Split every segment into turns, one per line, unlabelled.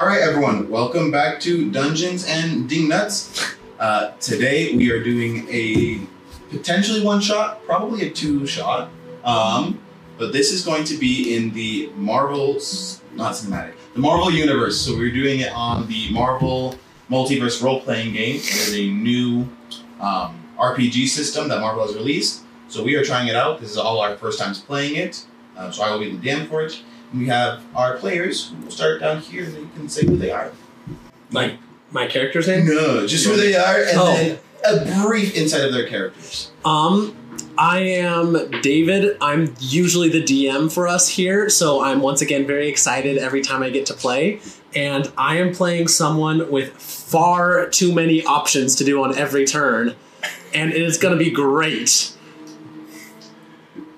All right, everyone, welcome back to Dungeons and Ding Nuts. Uh, today we are doing a potentially one shot, probably a two shot, um, but this is going to be in the Marvel, s- not cinematic, the Marvel universe. So we're doing it on the Marvel multiverse role playing game. It is a new um, RPG system that Marvel has released. So we are trying it out. This is all our first times playing it. Um, so I will be the DM for it. We have our players. We'll start down here, and you can say who they are.
My my character's name?
No, just who they are, and
Oh.
then a brief insight of their characters.
Um I am David. I'm usually the DM for us here, so I'm once again very excited every time I get to play. And I am playing someone with far too many options to do on every turn, and it is going to be great.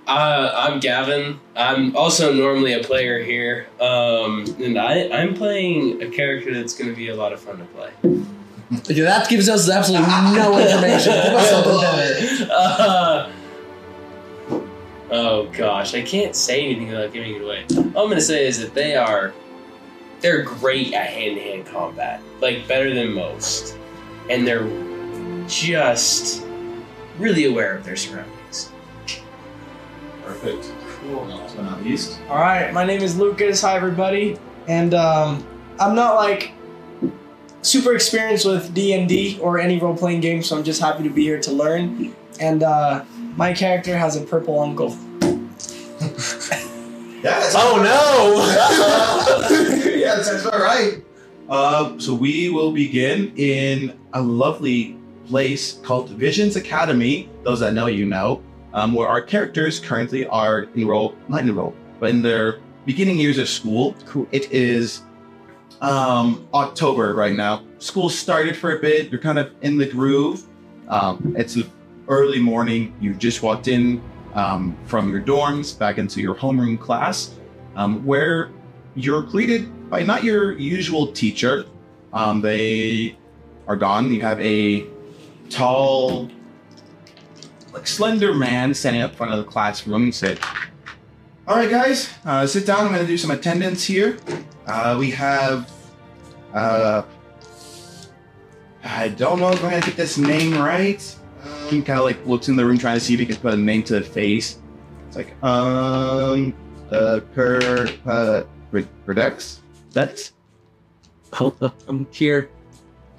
Uh, I'm Gavin. I'm also normally a player here, um, and I, I'm playing a character that's going to be a lot of fun to play.
Yeah, that gives us absolutely no
Uh, oh gosh, I can't say anything without giving it away. All I'm going to say is that they are they're great at hand-to-hand combat, like better than most, and they're just really aware of their surroundings.
Perfect. Cool. Last but not least.
All right, my name is Lucas. Hi, everybody. And um, I'm not like super experienced with D and D or any role playing game, so I'm just happy to be here to learn. And uh, my character has a purple uncle.
Yes.
Oh,
Oh, yeah, that sounds all right. Uh, so we will begin in a lovely place called Visions Academy. Those that know you know, um, where our characters currently are enrolled, not enrolled, but in their beginning years of school. Cool. It is um, October right now. School started for a bit. You're kind of in the groove. Um, it's an early morning. You just walked in um, from your dorms back into your homeroom class, um, where you're greeted by not your usual teacher. Um, they are gone. You have a tall, like slender man standing up front of the classroom and said, "All right, guys, uh, sit down. I'm going to do some attendance here. Uh, we have, uh, I don't know if I'm going to get this name right. He kind of like looks in the room trying to see if he can put a name to the face. It's like, um, uh, per, uh, Re- Redex? That's
I'm here.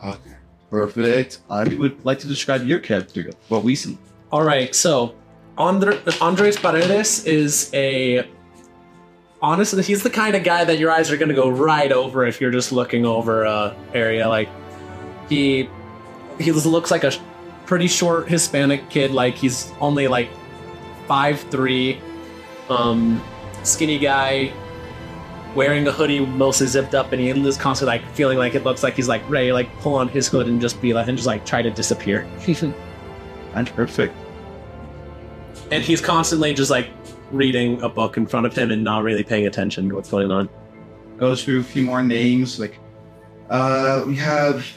okay. Perfect. I would like to describe your character. What we see.
All right, so Andre, Andres Paredes is a honestly, he's the kind of guy that your eyes are going to go right over if you're just looking over a area. Like he he just looks like a sh- pretty short Hispanic kid. Like he's only like five three, um, skinny guy. Wearing a hoodie mostly zipped up, and he is constantly like feeling like it looks like he's like ready, to, like pull on his hood and just be like, and just like try to disappear.
And perfect.
and he's constantly just like reading a book in front of him and not really paying attention to what's going on.
Goes through a few more names. Like, uh, we have,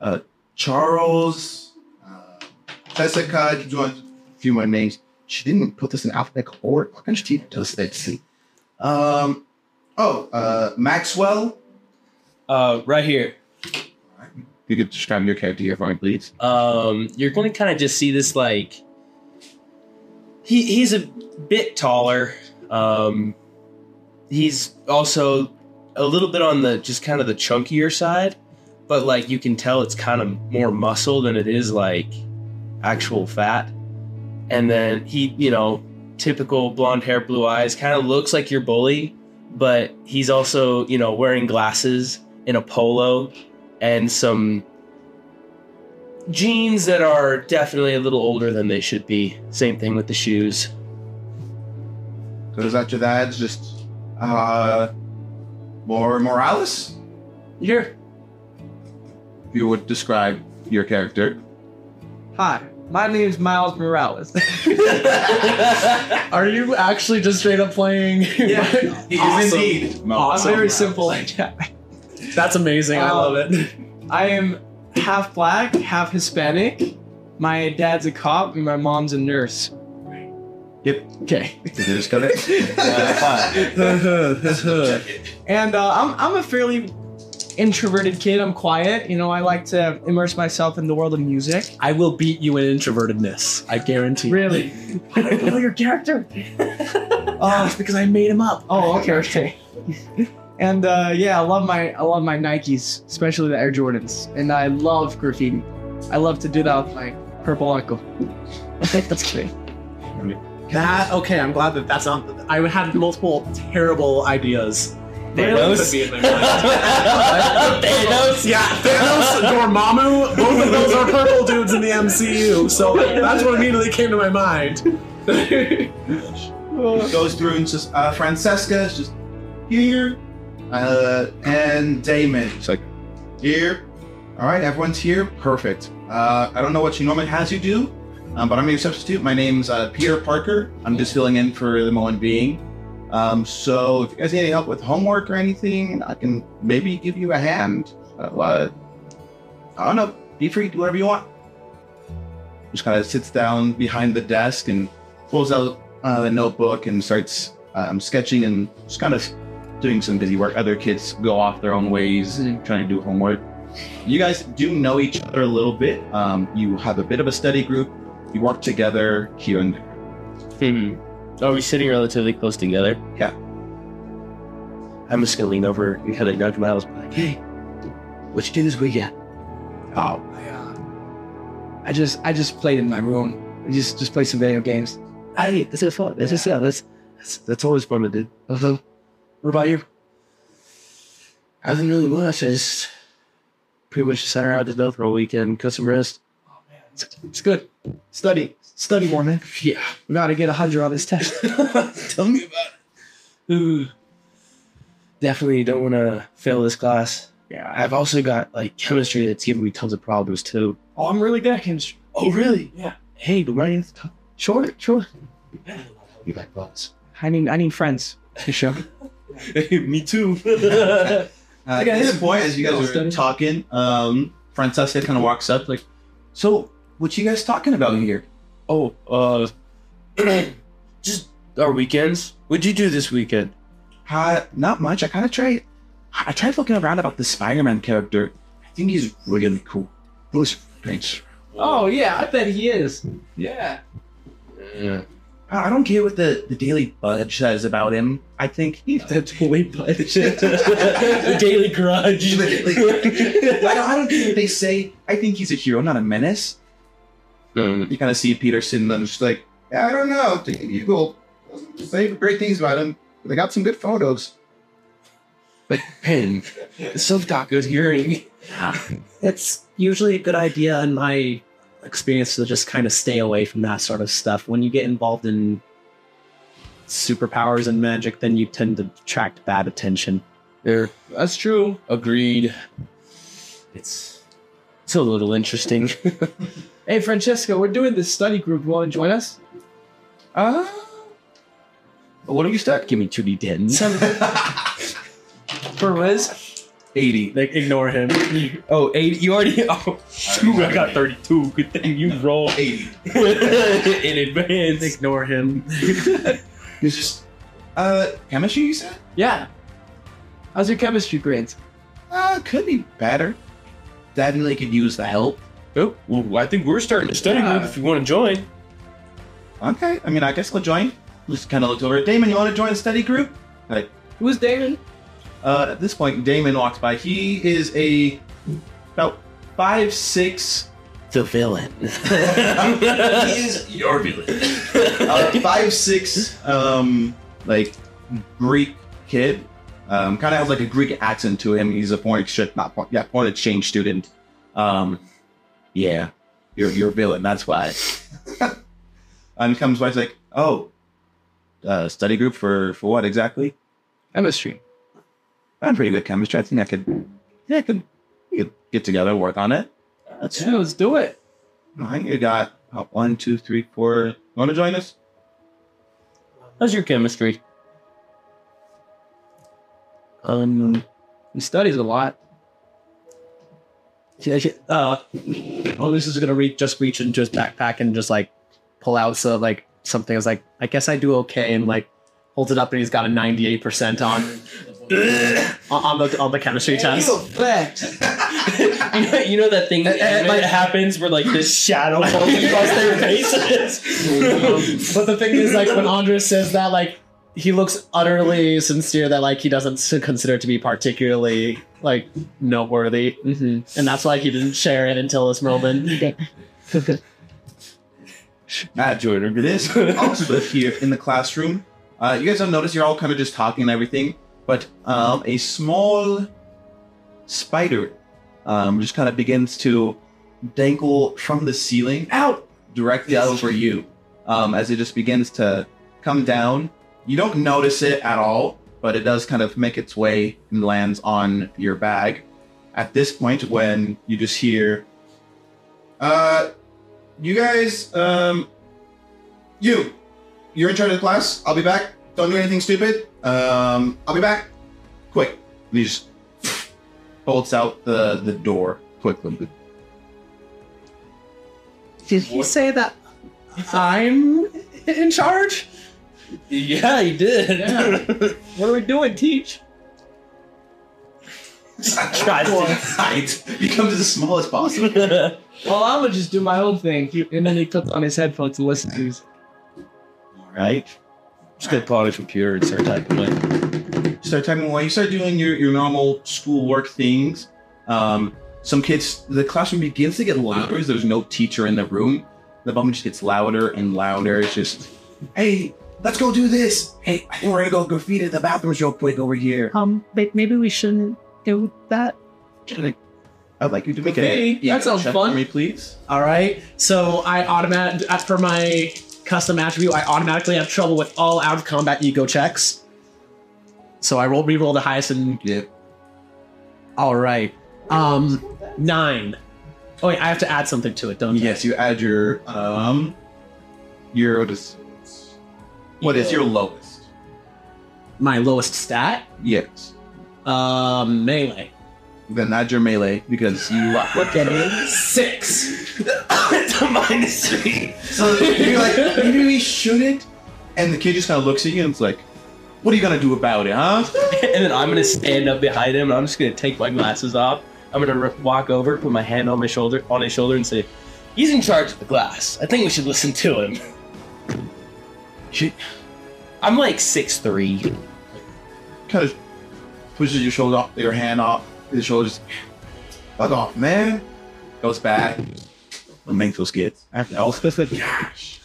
uh, Charles, uh, Jessica, you joined a few more names. She didn't put this in alphabetical order. Why can't she does that? See. Um, oh, uh, Maxwell.
Uh, right here.
You could describe your character here for me, please.
um, you're gonna kind of just see this like he he's a bit taller. Um, he's also a little bit on the just kind of the chunkier side, but like you can tell it's kind of more muscle than it is like actual fat. And then he, you know, typical blonde hair, blue eyes, kind of looks like your bully, but he's also, you know, wearing glasses in a polo and some jeans that are definitely a little older than they should be. Same thing with the shoes.
Goes after that, it's just uh, more Morales.
You're
If you would describe your character.
Hi, my name is Miles Morales.
are you actually just straight up playing?
Yeah, he
Awesome.
indeed.
Awesome.
I'm very simple like that.
That's amazing. I
Um,
love it.
I am half black, half Hispanic. My dad's a cop and my mom's a nurse.
Okay.
Uh, Did you just cut it?
and
And uh, I'm I'm a fairly introverted kid. I'm quiet. You know, I like to immerse myself in the world of music.
I will beat you in introvertedness. I guarantee. you.
Really? Why did I know your character?
Oh,
oh,
it's because I made him up.
oh, okay, okay. and uh, yeah, I love my I love my Nikes, especially the Air Jordans, and I love graffiti. I love to do that with my purple uncle. That's great.
That okay. I'm glad that that's not. I had multiple terrible ideas. that
Thanos?
could be in my mind.
Thanos,
Yeah, Thanos, Dormammu, both of those are purple dudes in the MCU, so that's what immediately came to my mind.
He goes through and just uh, Francesca is just here, uh, and Damon. It's like here. All right, everyone's here. Perfect. Uh, I don't know what she normally has you do, um, but I'm your substitute. My name's uh, Peter Parker. I'm just filling in for the moment being. Um, so if you guys need any help with homework or anything, I can maybe give you a hand. Uh, uh, I don't know. Be free. Do whatever you want. Just kind of sits down behind the desk and pulls out uh, a notebook and starts um, sketching and just kind of doing some busy work. Other kids go off their own ways, trying to do homework. You guys do know each other a little bit. Um, you have a bit of a study group. You work together here and there.
Hmm. Are we sitting relatively close together?
Yeah.
I'm just gonna lean over and kind of nudge Miles. Like, hey, what you do this weekend?
Oh, I, uh, I just I just played in my room. I just just played some video games.
Hey, this is fun. This is yeah. That's that's, that's always fun to do.
Also,
What about you? I didn't really much. I just pretty much sat around to know for a weekend, cut some rest.
it's good. Study, study more, man.
Yeah.
We gotta get a hundred on this test.
Tell me about it. Definitely don't want to fail this class. Yeah. I've also got like chemistry that's giving me tons of problems too.
oh, I'm really good at chemistry.
Oh, really?
Yeah.
Hey, but my
Sure, sure.
be back class.
I need I need friends. To show.
me too.
Uh, at this point, as you guys are
Study.
talking, um, Francesca kind of walks up, like, "So, what you guys talking about here?"
oh, uh, just our weekends. What'd you do this weekend?
Uh, not much. I kind of tried. I tried looking around about the Spider-Man character. I think he's really cool. Bruce Strange.
Oh yeah, I bet he is. Yeah.
Yeah.
I I don't care what the, the Daily Budge says about him. I think he
That's way much. the Daily Grudge.
I, don't, I don't care what they say. I think he's a hero, not a menace.
Um.
You kind of see Peterson and just like, yeah, I don't know. The Eagle doesn't say great things about him. but They got some good photos.
But Pen, Silk Taco's hearing.
It's usually a good idea in my experience to just kind of stay away from that sort of stuff. When you get involved in superpowers and magic, then you tend to attract bad attention.
Yeah, that's true. Agreed. It's it's a little interesting.
Hey Francesco, we're doing this study group. You wanna join us?
Uh,
Uh-huh.
what do you start?
Give me two d tens.
For Liz?
80.
Like, ignore him.
Oh, eight. You already. Oh, shoot, I got thirty-two. Good thing you roll
80.
in advance.
Ignore him.
It's just, uh, chemistry, you said?
Yeah. How's your chemistry grades?
Uh, could be better. Definitely could use the help.
Oh, well, I think we're starting a study group. If you want to join,
Okay, I mean, I guess I'll join. Just kind of looked over at Damon. You want to join a study group? Like,
Who's Damon?
uh, at this point, Damon walks by. He is a about five six.
the villain.
is your villain. uh, five six, um, like Greek kid. Um, kind of has like a Greek accent to him. He's a point shit, not point, yeah, point exchange student. Um, yeah, you're you're a villain. That's why. and comes by, he's like, oh, uh, study group for for what exactly?
Chemistry.
I'm pretty good at chemistry. I think I could, yeah, I could, we could get together and work on it. That's
Yeah, let's do it.
I think you got uh, one, two, three, four. You want to join us?
How's your chemistry?
Um,
He studies a lot.
yeah, yeah, uh, well,
oh,
this is gonna reach, just reach into his backpack and just like pull out so like something. I was like, I guess I do okay, and like
holds it up and he's got a 98% on on the on the chemistry test.
You effect.
you, know, you know that thing
And-
Eh,
and,
that
like-
happens where like this shadow comes across their faces.
But the thing is, like when Andres says that, like he looks utterly sincere that like he doesn't s- consider it to be particularly like noteworthy,
Mm-hmm.
and that's why he didn't share it until this moment.
Matt Jordan, it is also here in the classroom. Uh, you guys don't notice you're all kind of just talking and everything, but um, a small spider um, just kind of begins to dangle from the ceiling out directly out over you um, as it just begins to come down. You don't notice it at all, but it does kind of make its way and lands on your bag. At this point, when you just hear, uh, you guys, um, you, you're in charge of the class. I'll be back. Don't do anything stupid. Um, I'll be back. Quick. And he just bolts out the, the door quickly.
Did
he What?
say that I'm in charge?
yeah, he did.
What are we doing, Teach?
Height becomes as small as possible.
Well, I'm gonna just do my own thing, and then he puts on his headphones to listen to. his-
All right.
Just gonna pull out a computer and start typing away.
start typing away. You start doing your, your normal schoolwork things. Um, some kids, the classroom begins to get louder as there's no teacher in the room. The bum just gets louder and louder. It's just, hey, let's go do this. Hey, I think we're gonna go graffiti the bathrooms real quick over here.
Um, but maybe we shouldn't do that.
I'd like you to make
Graffiti?
a
That sounds
check
fun.
for me, please.
All right. So I automatic for my custom attribute, I automatically have trouble with all out of combat ego checks. So I roll re-roll the highest and
Yep.
all right. Um, nine. Oh wait, I have to add something to it, don't I?
Yes, you add your um, your what is, what is your lowest?
My lowest stat,
Yes.
um, melee.
Then add your melee because you.
What that is?
Six.
it's a minus three.
So you're like, maybe we shouldn't. And the kid just kind of looks at you and it's like, what are you gonna do about it, huh?
And then I'm gonna stand up behind him and I'm just gonna take my glasses off. I'm gonna r- walk over, put my hand on my shoulder, on his shoulder, and say, "He's in charge of the glass. I think we should listen to him."
She
I'm like six three.
kind of pushes your shoulder off, your hand off his shoulder. Just, Fuck off, man. Goes back. And makes those kids. After all, gosh.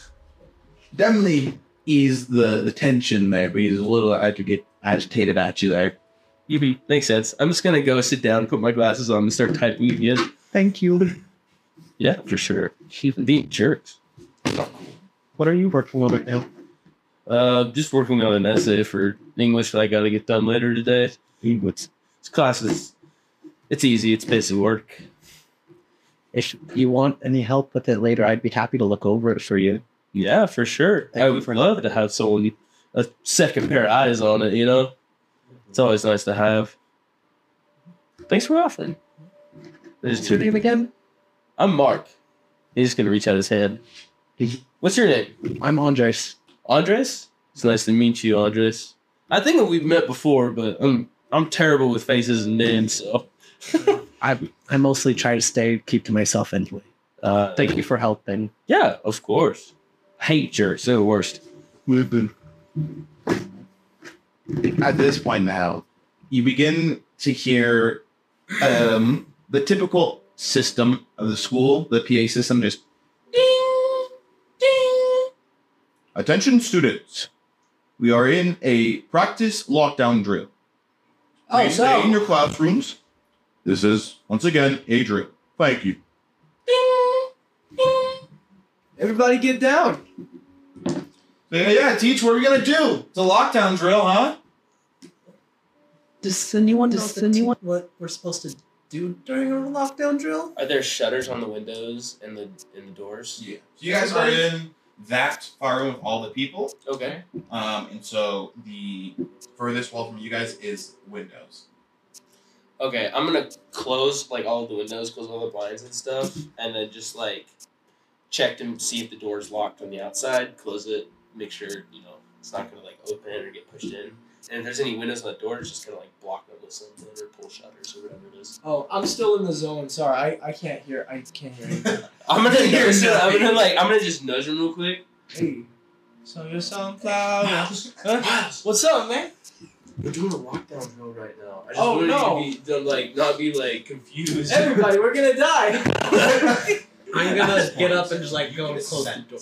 Definitely ease the, the tension there, but he's a little ag- agitated at you there.
Mm-hmm. Makes sense. I'm just gonna go sit down, put my glasses on, and start typing again.
Thank you.
Yeah, for sure. The jerks.
What are you working on right now?
Uh, just working on an essay for English that I gotta get done later today. English. This class is, it's easy. It's basic work.
If you want any help with it later, I'd be happy to look over it for you.
Yeah, for sure.
Thank
I
you
would
for
love to have someone a second pair of eyes on it. You know, it's always nice to have. Thanks for offering. There's two.
again?
I'm Mark. He's gonna reach out his hand. What's your name?
I'm Andres.
Andres. It's nice to meet you, Andres. I think we've met before, but I'm I'm terrible with faces and names. So
I I mostly try to stay keep to myself anyway.
uh,
Thank you for helping.
Yeah, of course. Hate jerks. They're the worst.
at this point now, you begin to hear um, the typical system of the school, the PA system, just ding, ding. Attention, students. We are in a practice lockdown drill.
Oh
Please stay in
no!
your classrooms. This is, once again, a drill. Thank you.
Everybody get down.
Yeah, yeah, teach, what are we going to do? It's a lockdown drill, huh?
Does anyone
Does anyone what we're supposed to do during a lockdown drill?
Are there shutters on the windows and the and the doors?
Yeah. So you guys are in that far room with all the people.
Okay.
Um, and so the furthest wall from you guys is windows.
Okay, I'm gonna close like all the windows, close all the blinds and stuff, and then just like check to see if the door's locked on the outside. Close it, make sure you know It's not gonna like open or get pushed in. And if there's any windows on the door, it's just gonna like block them with something or pull shutters or whatever it is.
Oh, I'm still in the zone. Sorry, I, I can't hear. I can't hear. anything.
I'm gonna hear. I'm gonna like. I'm gonna just nudge him real quick.
hey, so you're sunflower. Huh? What's up, man?
We're doing a lockdown drill right now. I just
Oh,
wanted
no.
you to be to, like not be like confused.
Everybody, we're gonna die.
I'm gonna get up and just like go and close the door.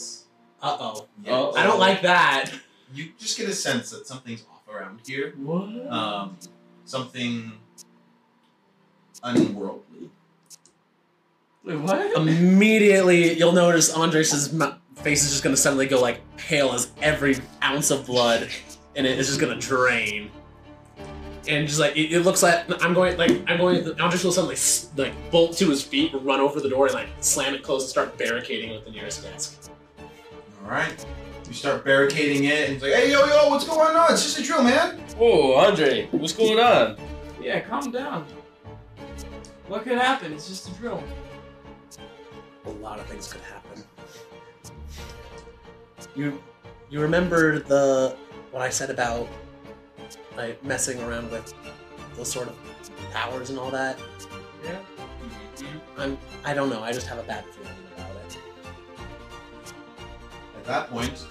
Uh oh. I don't like that.
You just get a sense that something's off around here.
what?
Um, something unworldly.
Wait,
Um,
what?
Immediately, you'll notice Andres' mou- face is just gonna suddenly go like pale as every ounce of blood, and it is just gonna drain. And just like it, it looks like I'm going, like I'm going, Andres will suddenly s- like bolt to his feet, run over the door, and like slam it closed and start barricading with the nearest desk.
All right. You start barricading it, and it's like, hey, yo, yo, what's going on? It's just a drill, man.
Whoa, Andre, what's going on?
Yeah, calm down. What could happen? It's just a drill.
A lot of things could happen. You, you remember the what I said about like messing around with those sort of powers and all that?
Yeah.
I'm. I don't know. I just have a bad feeling about it.
At that point,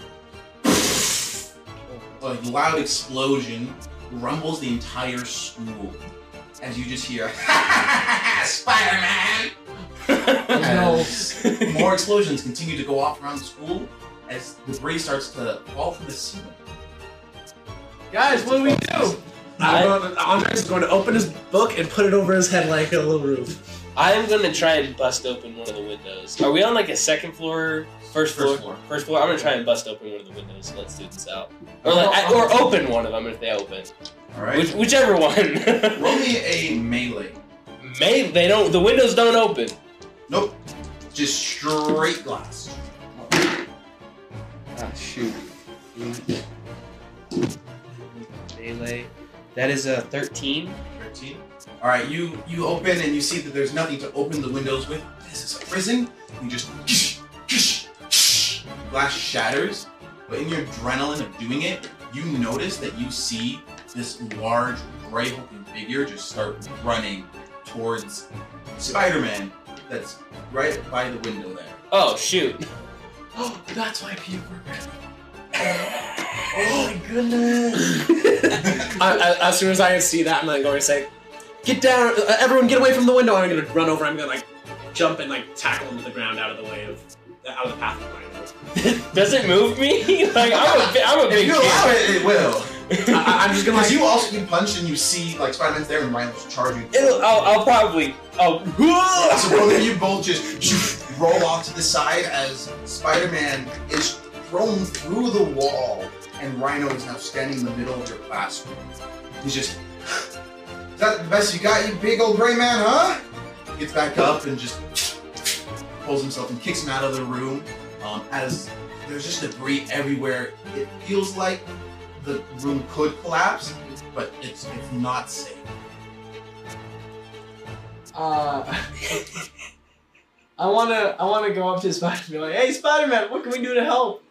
a loud explosion rumbles the entire school as you just hear, Spider Man! As more explosions continue to go off around the school as debris starts to fall from the ceiling.
Guys, what do we do?
I'm going to, Andres is going to open his book and put it over his head like a little roof.
I'm gonna try and bust open one of the windows. Are we on like a second floor, first floor,
First floor.
First floor. I'm gonna try and bust open one of the windows and let students out, or like, I- or open one of them if they open,
All right.
Which, whichever one.
Roll me a melee.
May they don't. The windows don't open.
Nope. Just straight glass.
Ah, shoot. Melee. That is a 13.
13. All right, you you open and you see that there's nothing to open the windows with. This is a prison. You just glass shatters, but in your adrenaline of doing it, you notice that you see this large gray hulking figure just start running towards Spider-Man that's right by the window there.
Oh, shoot.
Oh, that's why people are
Oh my goodness!
I, I, as soon as I see that, I'm like going to say, "Get down! Uh, everyone, get away from the window!" I'm going to run over. I'm going to like jump and like tackle him to the ground out of the way of out of the path of my nose.
Does it move me? like I'm a, bi- I'm a
if
big
you allow it, it will.
kid.
I, am just going to like.
Because you also you punch and you see like Spider-Man's there and Rhino's charging.
It'll, I'll, I'll probably. Oh.
So both of you both just roll off to the side as Spider-Man is thrown through the wall, and Rhino is now standing in the middle of your classroom. He's just, is that the best you got, you big old gray man, huh? Gets back up and just pulls himself and kicks him out of the room. Um, as there's just debris everywhere, it feels like the room could collapse, but it's it's not safe.
Uh, I wanna, I wanna go up to Spider Man and be like, "Hey, Spider Man, what can we do to help?"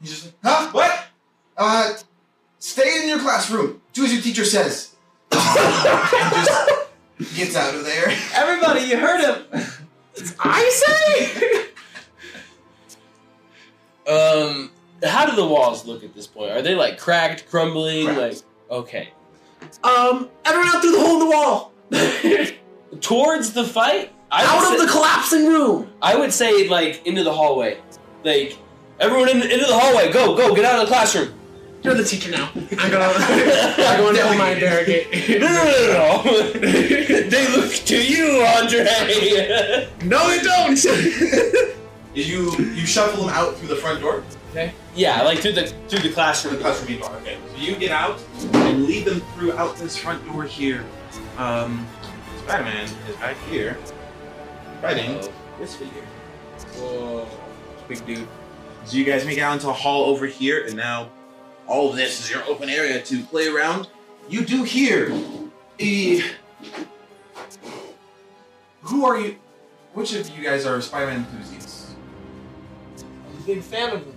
He's just like, huh? What? Uh, stay in your classroom. Do as your teacher says. and just gets out of there.
Everybody, you heard him. I say.
Um. How do the walls look at this point? Are they like cracked, crumbling?
Cracked.
Like okay.
Um, everyone out through the hole in the wall,
Towards the fight. I would
out
say-
of the collapsing room.
I would say like into the hallway. Like everyone in, into the hallway. Go, go, get out of the classroom.
You're the teacher now. I'm going. I'm going to my
No,
barricade.
no, no, no, no. they look to you, Andre.
no, they don't.
You you shuffle him out through the front door.
yeah, like through the through the
Through
classroom.
the classroom door. Okay. So you get out and lead them through out this front door here. Um, Spider-Man is back here, fighting this figure.
Whoa, big dude.
So you guys make out into a hall over here, and now all of this is your open area to play around. You do hear. E- Who are you? Which of you guys are Spider-Man enthusiasts?
I'm a big fan of him.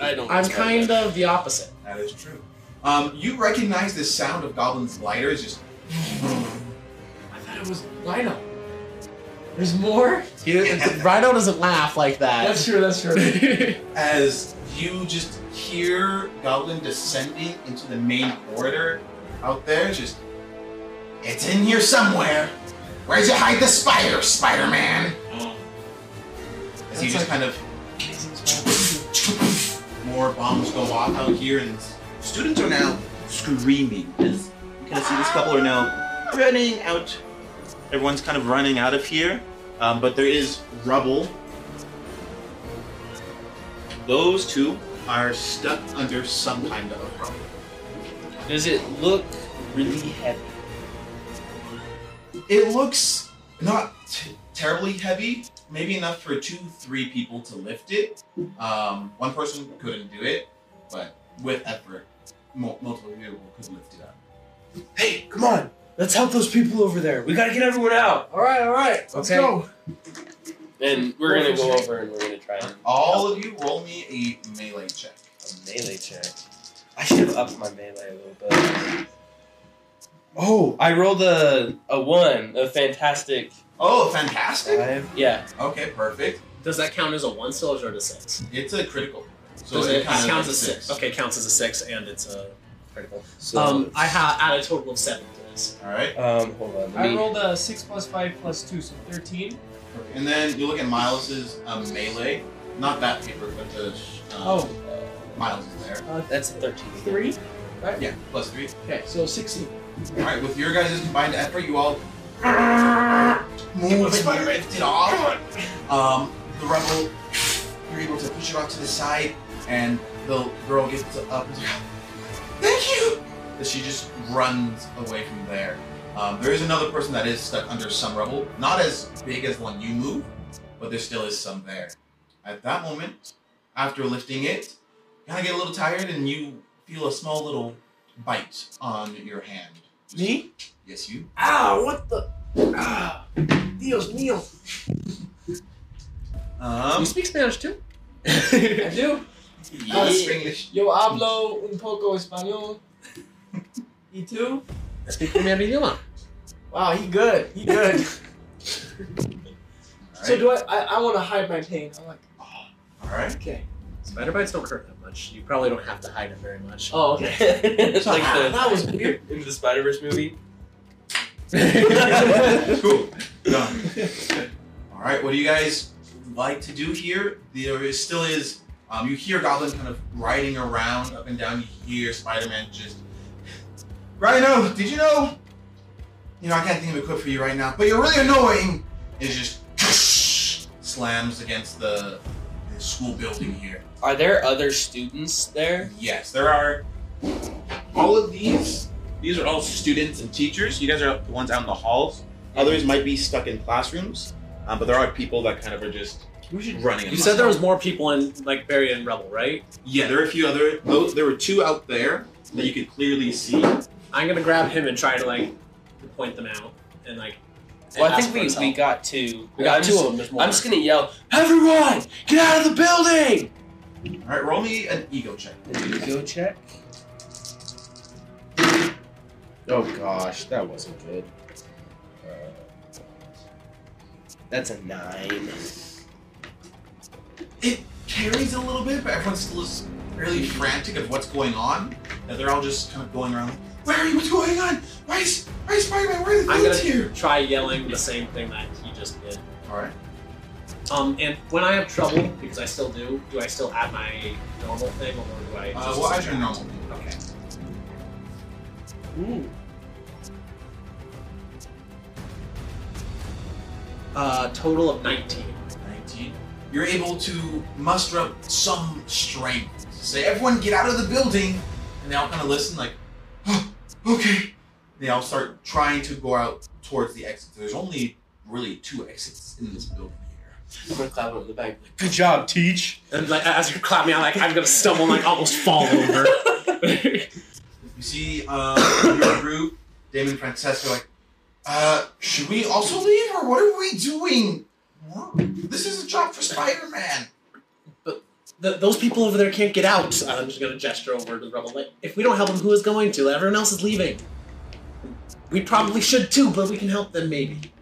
I don't.
I'm kind of the opposite.
That is true. Um, you recognize the sound of goblins' lighters just
I thought it was Rhino.
There's more?
He, Rhino doesn't laugh like that.
That's true, that's true.
as you just hear Goblin descending into the main corridor out there. Just, it's in here somewhere. Where'd you hide the spider, Spider Man? As you
That's like-
just kind of more bombs go off out here, and students are now screaming. As you kind of see, this couple are now running out. Everyone's kind of running out of here, um, but there is rubble. Those two are stuck under some kind of rubble.
Does it look really heavy?
It looks not t- terribly heavy, maybe enough for two, three people to lift it. Um, one person couldn't do it, but with effort, mul- multiple people could lift it up.
Hey, come on. Let's help those people over there. We gotta get everyone out.
alright, alright. Let's
Okay.
go.
And we're gonna go over and we're gonna try and
All of you roll me a melee check.
a melee check. I should have upped my melee a little bit. Oh, I rolled a a one, a fantastic
Oh, fantastic!
five. Yeah.
Okay, perfect.
Does that count as a one still or a six?
It's a critical. So
Does
it,
it,
kind of
counts
is
as six. Okay, counts as a six, and it's a critical.
So
um, I ha- add a total of seven to this.
All right,
um hold on. Let
I
me,
rolled a 6 plus 5 plus 2, so 13.
and then you look at Miles's um, melee. Not that paper, but the um,
Oh,
Miles is there.
that's a thirteen.
3?
Yeah, plus three.
Okay, so 16.
All right, with your guys' combined effort, you all move and lift it off. Um, the rubble, you're able to push it off to the side, and the girl gets up and says, "Thank you." As she just runs away from there. Um, there is another person that is stuck under some rubble, not as big as one you move, but there still is some there. At that moment, after lifting it, you kind of get a little tired, and you feel a small little bite on your hand.
Me?
Yes, you.
Ah, what the? Ah, Dios mío.
Um,
you speak Spanish too?
I do.
not Springlish.
Yo hablo un poco español. You too?
Speak primer idioma.
Wow, he good. He good. So
Alright.
do I? I, I want to hide my pain. I'm like,
All right.
okay.
Spider bites don't hurt that much. You probably don't have to hide it very much.
Oh, okay.
it's like the
That was weird.
in the Spider Verse movie.
cool. Done. All right. What do you guys like to do here? There is, still is. Um, you hear Goblin kind of riding around up and down. You hear Spider-Man just. Rhino, did you know? You know, I can't think of a quote for you right now, but you're really annoying. And it just slams against the, the school building here.
Are there other students there?
Yes, there are. All of these, these are all students and teachers. You guys are the ones out in the halls. Others might be stuck in classrooms, um, but there are people that kind of are just running.
You
amok.
said there was more people in like buried in rubble, right?
Yeah, there are a few other. Those, there were two out there that you could clearly see.
I'm gonna grab him and try to like point them out and like. and
Well, I
ask
think
for his
we, we
help.
got two.
We got
I'm
two
just,
of them. There's more.
I'm just gonna yell, everyone, get out of the building!
All right, roll me an ego check.
Ego check. Oh gosh, that wasn't good. Uh, that's a nine.
It carries a little bit, but everyone's still is fairly frantic of what's going on. And they're all just kind of going around. Like, Where are you? What's going on? Why is why is Spider-Man? Where are the
I'm
dudes
gonna
here?
try yelling the same thing that he just did.
All right.
Um, and when I have trouble, because I still do, do I still add my normal thing or do I?
Uh,
just
well, as your normal.
Okay.
Ooh.
Uh, total of 19.
19, you're able to muster up some strength to say, everyone get out of the building. And they all kind of listen, like, "Oh, okay. They all start trying to go out towards the exit. There's only really two exits in this building here.
I'm gonna clap him in the back. Like, good job, teach.
And like as you're clapping, I'm like I'm gonna stumble and like almost fall over.
You see um, your group, Damon and Francesco, like, uh, should we also leave or what are we doing? We're- This is a job for Spider Man.
th- those people over there can't get out. I'm just gonna gesture over to the rubble. Like, if we don't help them, who is going to? Everyone else is leaving. We probably should too, but we can help them maybe.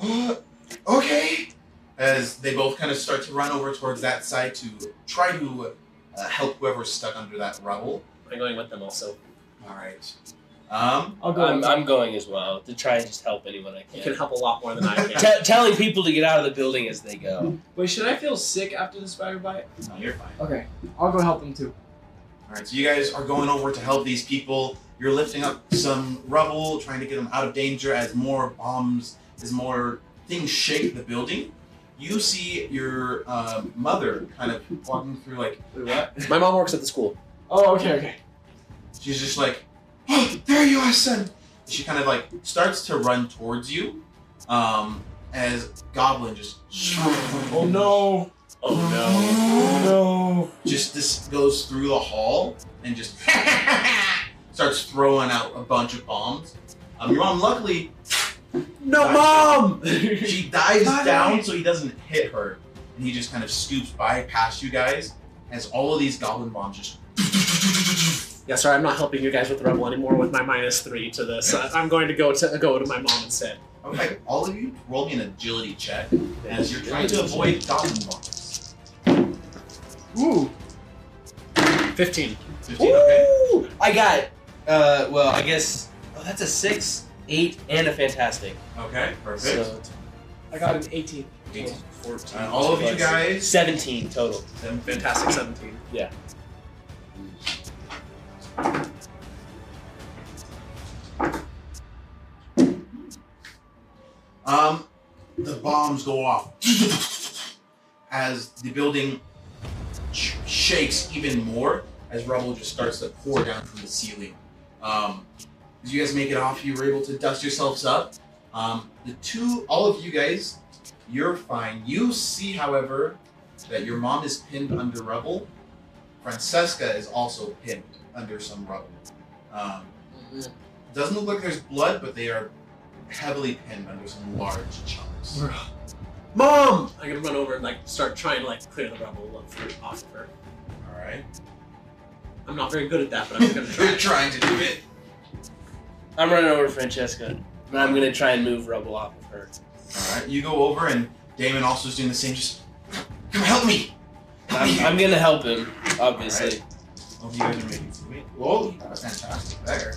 Uh, okay. As they both kind of start to run over towards that side to try to uh, help whoever's stuck under that rubble.
I'm going with them also.
All right. Um,
I'll go.
I'm, I'm going as well to try and just help anyone I
You
can.
can help a lot more than I can.
Te- telling people to get out of the building as they go.
Wait, should I feel sick after the spider bite?
no, you're fine.
Okay, I'll go help them too.
All right, so you guys are going over to help these people. You're lifting up some rubble, trying to get them out of danger as more bombs, as more things shake the building. You see your uh, mother kind of walking through, like,
Wait, what?
My mom works at the school.
Oh, okay, okay.
She's just like, oh, there you are, son. She kind of like starts to run towards you, um, as Goblin just,
Oh no!
Oh
No!
just this goes through the hall and just starts throwing out a bunch of bombs. Um, your mom, luckily,
no. No, mom.
she dives
Bye.
down so he doesn't hit her, and he just kind of scoops by past you guys as all of these Goblin bombs just
Yeah, sorry, I'm not helping you guys with the rebel anymore with my minus three to this. I- I'm going to go to go to my mom instead.
Okay, all of you roll me an agility check as you're trying to avoid goblin bombs.
Ooh!
Fifteen.
15, okay.
Ooh, I got. Uh, well, I guess. Oh, that's a six, eight, and a fantastic.
Okay, perfect.
So
I got an 18.
Eight,
fourteen.
Uh, all of you guys.
Seventeen total.
Seven,
Fantastic seventeen.
Um, the bombs go off as the building sh- shakes even more as rubble just starts to pour down from the ceiling. Um, as you guys make it off, you were able to dust yourselves up. Um, the two, all of you guys, you're fine. You see, however, that your mom is pinned under rubble. Francesca is also pinned under some rubble. Um, doesn't look like there's blood, but they are heavily pinned under some large chunks.
Mom! I'm gonna run over and like start trying to like clear the rubble up for, off of her.
All right,
I'm not very good at that, but I'm gonna try.
you're trying to do it.
I'm running over to Francesca, and I'm gonna try and move rubble off of her.
All right, you go over, and Damon also is doing the same. Just come help me. Help me.
I'm, I'm gonna help him, obviously.
Hope you guys are making some weight. Whoa, that was fantastic there.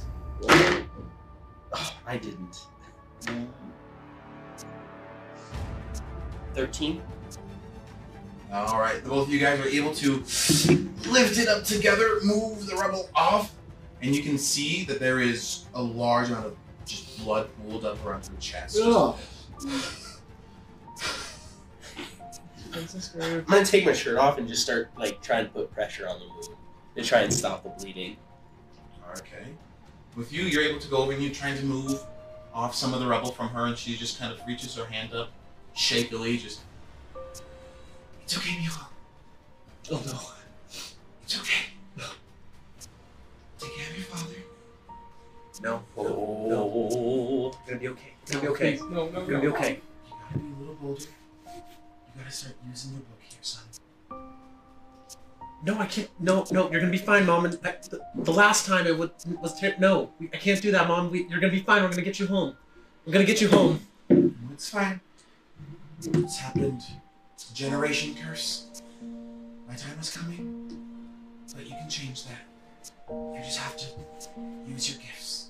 Oh, I didn't. Thirteen.
Uh, All right, the both of you guys are able to lift it up together, move the rubble off, and you can see that there is a large amount of just blood pooled up around her chest.
Ugh. Francisco.
I'm gonna take my shirt off and just start like trying to put pressure on the wound to try and stop the bleeding.
Okay. With you, you're able to go over and you're trying to move off some of the rubble from her, and she just kind of reaches her hand up shakily, just. It's okay, Mila.
Oh no.
It's okay. Take care of your father.
No.
Oh.
I'm gonna be okay. It's
No,
gonna be okay.
please, No, no,
It's gonna be
no.
okay.
You gotta be a little bolder. You gotta start using your book here, son.
No, I can't. No, no, you're gonna be fine, mom. And I, the, the last time it was was ter- no. we- I can't do that, mom. We, you're gonna be fine. We're gonna get you home. We're gonna get you home.
No, It's fine. It's happened. It's a generation curse. My time is coming. But you can change that. You just have to use your gifts.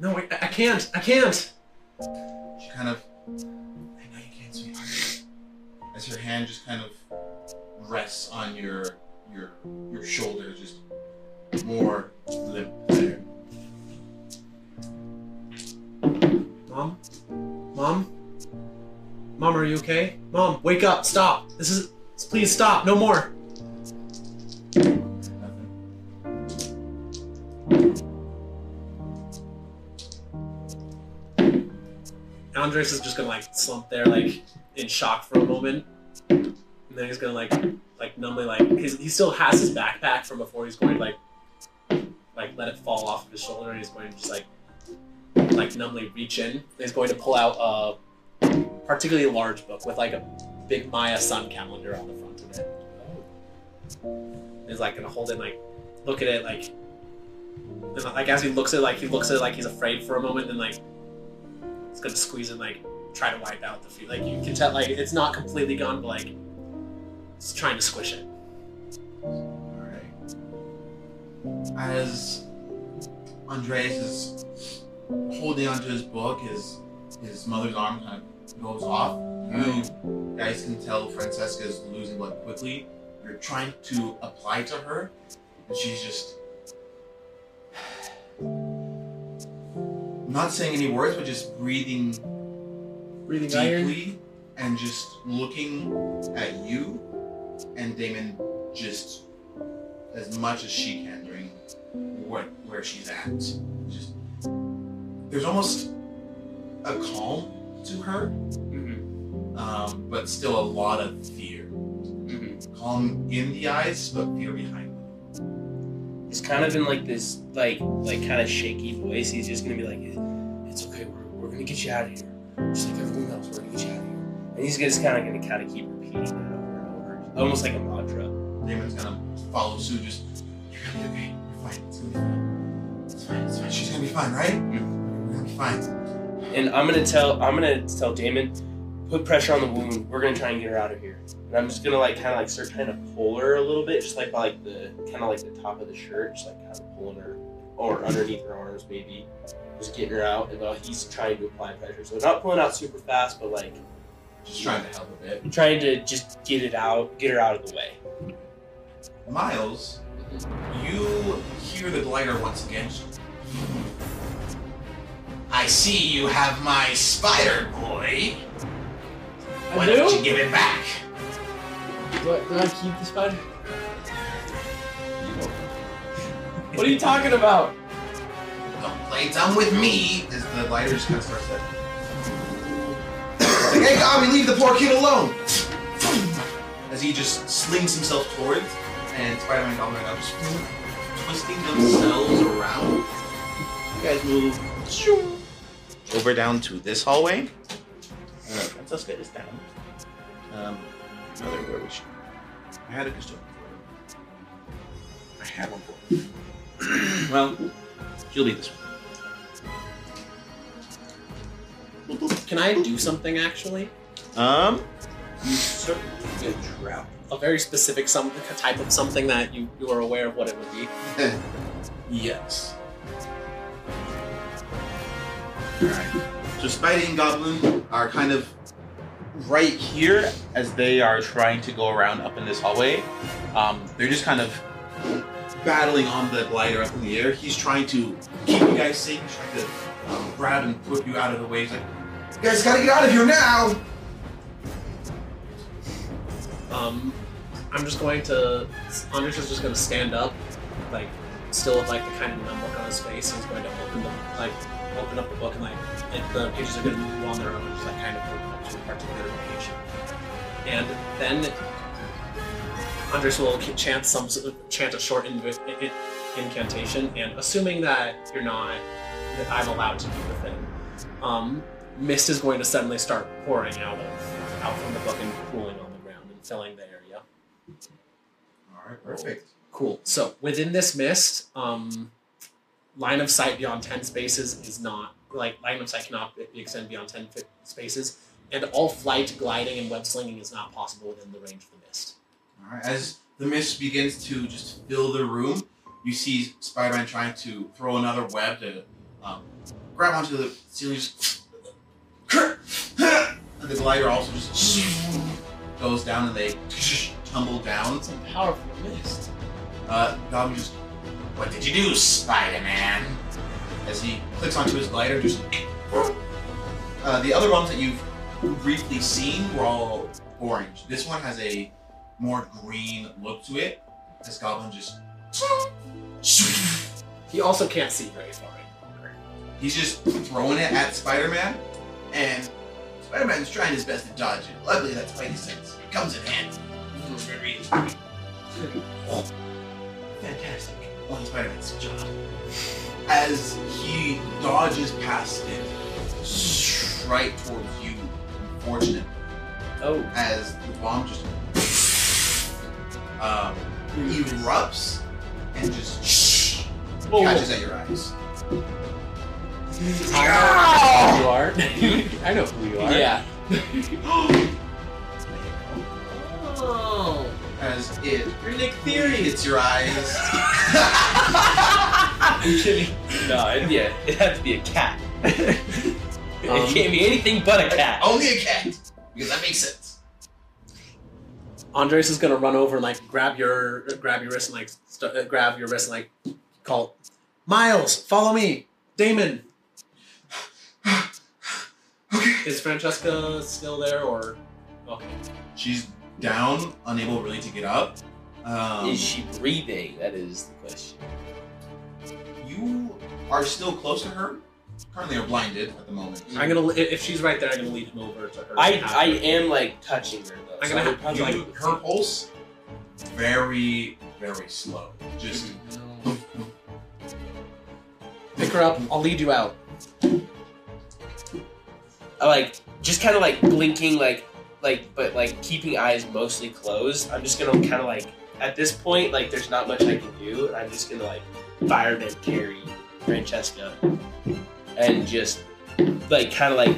No, I, I can't. I can't.
She kind of. I know you can't, sweetheart. As her hand just kind of rests on your your your shoulder, just more limp there.
Mom, mom, mom, are you okay? Mom, wake up! Stop! This is. Please stop! No more.
Nothing.
Andres is just gonna like slump there, like in shock for a moment, and then he's gonna like, like numbly, like his, he still has his backpack from before. He's going to like, like let it fall off of his shoulder, and he's going to just like, like numbly reach in. And he's going to pull out a particularly large book with like a big Maya sun calendar on the front of it. Is like gonna hold it, like look at it, like and, like as he looks at, it, like he looks at, it, like he's afraid for a moment, and like it's gonna squeeze and like try to wipe out the feet. Like you can tell, like it's not completely gone, but like it's trying to squish it.
Alright. As Andreas is holding onto his book, his his mother's arm kind of goes off.
Hmm.
You guys can tell Francesca is losing blood quickly. You're trying to apply to her, and she's just not saying any words, but just breathing
Breathing iron.
deeply and just looking at you and Damon just as much as she can during what where she's at. Just there's almost a calm to her,
Mm-hmm.
um, but still a lot of fear.
Mm-hmm.
Calm in the eyes, but fear behind them.
He's kind of in like this, like, like kind of shaky voice. He's just gonna be like, "It's okay. We're, we're gonna get you out of here, just like everyone else. We're gonna get you out of here." And he's just kind of gonna kind of keep repeating that over and over, almost like a mantra.
Damon's gonna follow suit. Just you're gonna be okay. You're fine. It's gonna be fine. It's fine. It's fine. She's gonna be fine, right? We're gonna be fine.
And I'm gonna tell, I'm gonna tell Damon, put pressure on the wound. We're gonna try and get her out of here. And I'm just gonna like kind of like start trying to pull her a little bit, just like by like the kind of like the top of the shirt, just like kind of pulling her or underneath her arms maybe, just getting her out. And while he's trying to apply pressure, so not pulling out super fast, but like.
Just trying to help a bit.
trying to just get it out, get her out of the way.
Miles, you hear the glider once again. I see you have my spider boy.
I do.
give it back?
Do I, do I keep the spider? What are you talking about?
Don't play dumb with me. As the glider just kind of starts to. like, hey, Gobby, leave the poor kid alone. As he just slings himself towards, and Spider-Man and Goblin are just twisting themselves around. You guys move shoo, over down to this hallway. Uh, Francesca is down. Um, another where was she? I had a custodian. I had one for. her. well, she'll be this one.
Can I do something actually?
Um,
A very specific some a type of something that you you are aware of what it would be.
Yes. Alright. So Spidey and Goblin are kind of right here as they are trying to go around up in this hallway. Um, they're just kind of battling on the glider up in the air. He's trying to keep you guys safe. He's trying to um, grab and put you out of the way. He's like, you guys gotta get out of here now!
Um, I'm just going to. Anders is just going to stand up, like still with like the kind of numb look on his face. He's going to open the like open up the book and like and the pages are going to move on their own, just like kind of open up to a particular page. And then Anders will ca- chant some sort of- chant a short inv- in- in- incantation, and assuming that you're not that I'm allowed to do the thing, um, mist is going to suddenly start pouring out of out from the book and pooling on the ground and filling the area.
Alright, perfect.
Cool. So within this mist, um, line of sight beyond ten spaces is not like line of sight cannot be extended beyond ten fi- spaces, and all flight, gliding, and web slinging is not possible within the range of the mist.
All right, as the mist begins to just fill the room, you see Spider-Man trying to throw another web to um, grab onto the ceiling. Just and the glider also just goes down, and they tumble down.
It's a powerful mist.
Uh, Goblin just, what did you do, Spider-Man? As he clicks onto his glider, just. Uh, the other ones that you've briefly seen were all orange. This one has a more green look to it. This Goblin just.
He also can't see very far any longer.
He's just throwing it at Spider-Man, and Spider-Man's trying his best to dodge it. Luckily, that's Spidey sense. It comes in handy. Fantastic. On Spider-Man's job. As he dodges past it, right towards you, unfortunately,
Oh,
as the bomb just um, erupts and just shh,
Whoa, whoa.
catches at your eyes.
You are. I know who you are.
Yeah.
Oh,
As it
you're Nick Fury.
hits your eyes.
I'm kidding. No, it'd be a, it'd have to be a cat.
Um,
it can't be anything but a cat.
Only a cat. Because that makes sense.
Andres is gonna run over and like grab your grab your wrist and like st- uh, grab your wrist and like call, Miles, follow me, Damon. Is Francesca still there or? oh. Okay.
She's down, unable really to get up. Um,
Is she breathing? That is the question.
You are still close to her. Currently are blinded at the moment.
I'm gonna if if she's right there, I'm gonna lead him over to her.
I,
and have
I
her-
am like touching her though.
I'm
so
gonna
would
have-
probably,
You-
like,
her pulse very, very slow. Just
pick her up. I'll lead you out.
I, like just kind of like blinking like like but like keeping eyes mostly closed. I'm just gonna kind of like at this point like there's not much I can do. and I'm just gonna like fireman carry Francesca and just like kind of like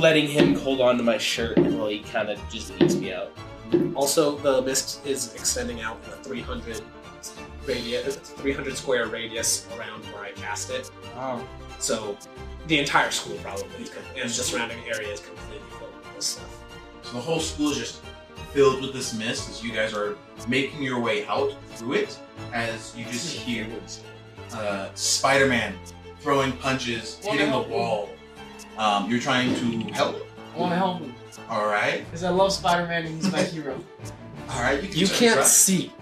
letting him hold on to my shirt until he kind of just beats me out.
Also, the mist is extending out in a 300 radius, 300 square radius around where I cast it.
Wow.
So the entire school probably is com- and the surrounding area is completely filled with this stuff.
so the whole school is just filled with this mist as you guys are making your way out through it. As you just
Hmm.
hear uh, Spider-Man throwing punches,
Wanna
hitting the
help him?
wall. Um, you're trying to help.
I want to help him
All right,
because I love Spider-Man and he's my hero.
all right. You, can
You
try-
can't
try.
see.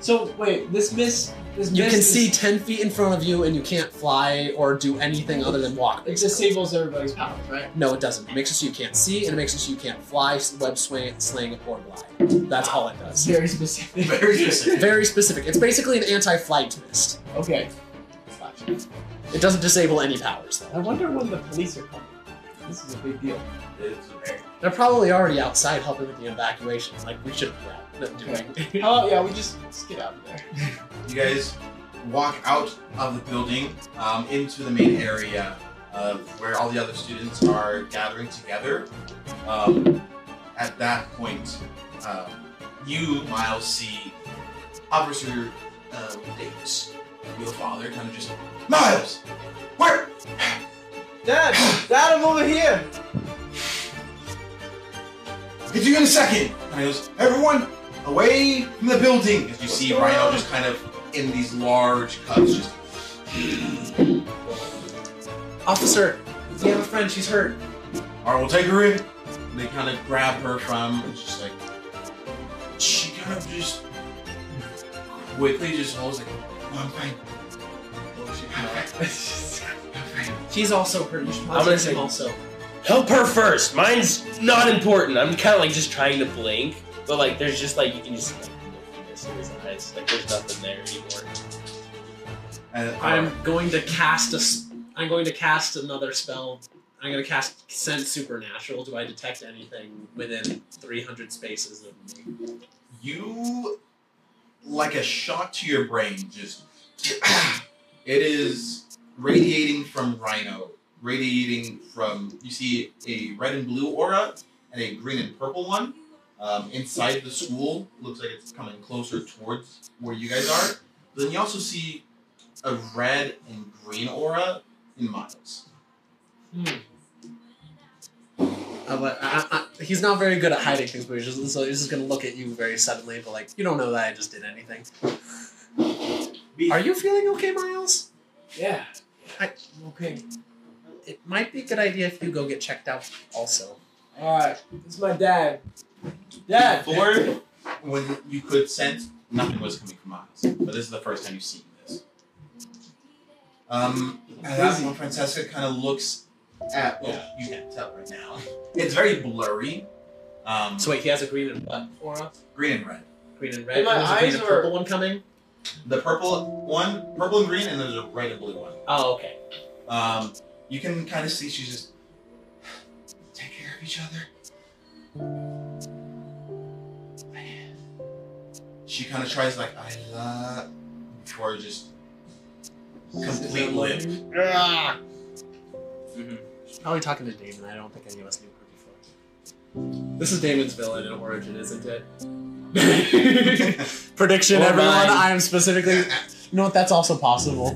So wait, this miss, this
You
miss
can
is-
see 10 feet in front of you and you can't fly or do anything other than walk.
It
basically.
disables everybody's powers, right?
No, it doesn't. It makes it so you can't see and it makes it so you can't fly, web swing, sling, or glide. That's all it does.
It's very specific.
Very specific.
Very specific. It's basically an anti flight mist.
okay.
It doesn't disable any powers, though.
I wonder when the police are coming. This is a big deal.
It's very-
They're probably already outside helping with the evacuation. Like we shouldn't be out not doing.
Oh yeah, we just, just get out of there.
You guys walk out of the building um, into the main area of where all the other students are gathering together. Um, at that point, um, you, Miles, see Officer um, Davis, your father, kind of just, Miles, where?
Dad, Dad, I'm over here.
It's you in a second. And he goes, everyone, away from the building. As you see Rhino just kind of in these large cups, just
Officer, we have a friend. She's hurt.
Alright, we'll take her in. And they kind of grab her from, and just like, she kind of just quickly just holds like, "Oh, I'm fine. Oh, she- I'm fine. I'm fine."
He's also hurt. You should
I'm gonna
him
say-
also.
Help her first. Mine's not important. I'm kind of like just trying to blink, but like there's just like you can just like look in his eyes. Like there's nothing there anymore.
And, uh,
I'm going to cast a. s- I'm going to cast another spell. I'm going to cast sense supernatural. Do I detect anything within 300 spaces of me?
you, like a shot to your brain, just, it is radiating from Rhino, radiating from, you see a red and blue aura and a green and purple one. um, inside the school. Looks like it's coming closer towards where you guys are. But then you also see a red and green aura in Miles.
I'm like, Uh, I, I, I- he's not very good at hiding things, but he's just so he's just going to look at you very suddenly, but like you don't know that I just did anything. Are you feeling okay, Miles?
Yeah.
I-
okay.
It might be a good idea if you go get checked out also.
All right. This is my dad. Dad.
Before, when you could sense nothing was coming from Miles, but this is the first time you've seen this. Um, at that point, Francesca kind of looks at. Well, you can't tell right now. It's very blurry. Um,
So wait, he has a green and what aura?
green and red.
Green and red.
My
and there's a green
eyes
and
are-
purple one coming.
The purple one, purple and green, and there's a red and blue one.
Oh, okay.
Um, you can kind of see she's just take care of each other. she kind of tries like I love before just complete limp. Ah!
She's probably talking to Damon. I don't think any of us knew her before. This is Damon's villain in Origin, isn't it? prediction,
Or
everyone.
mine.
I am specifically. You know what? That's also possible.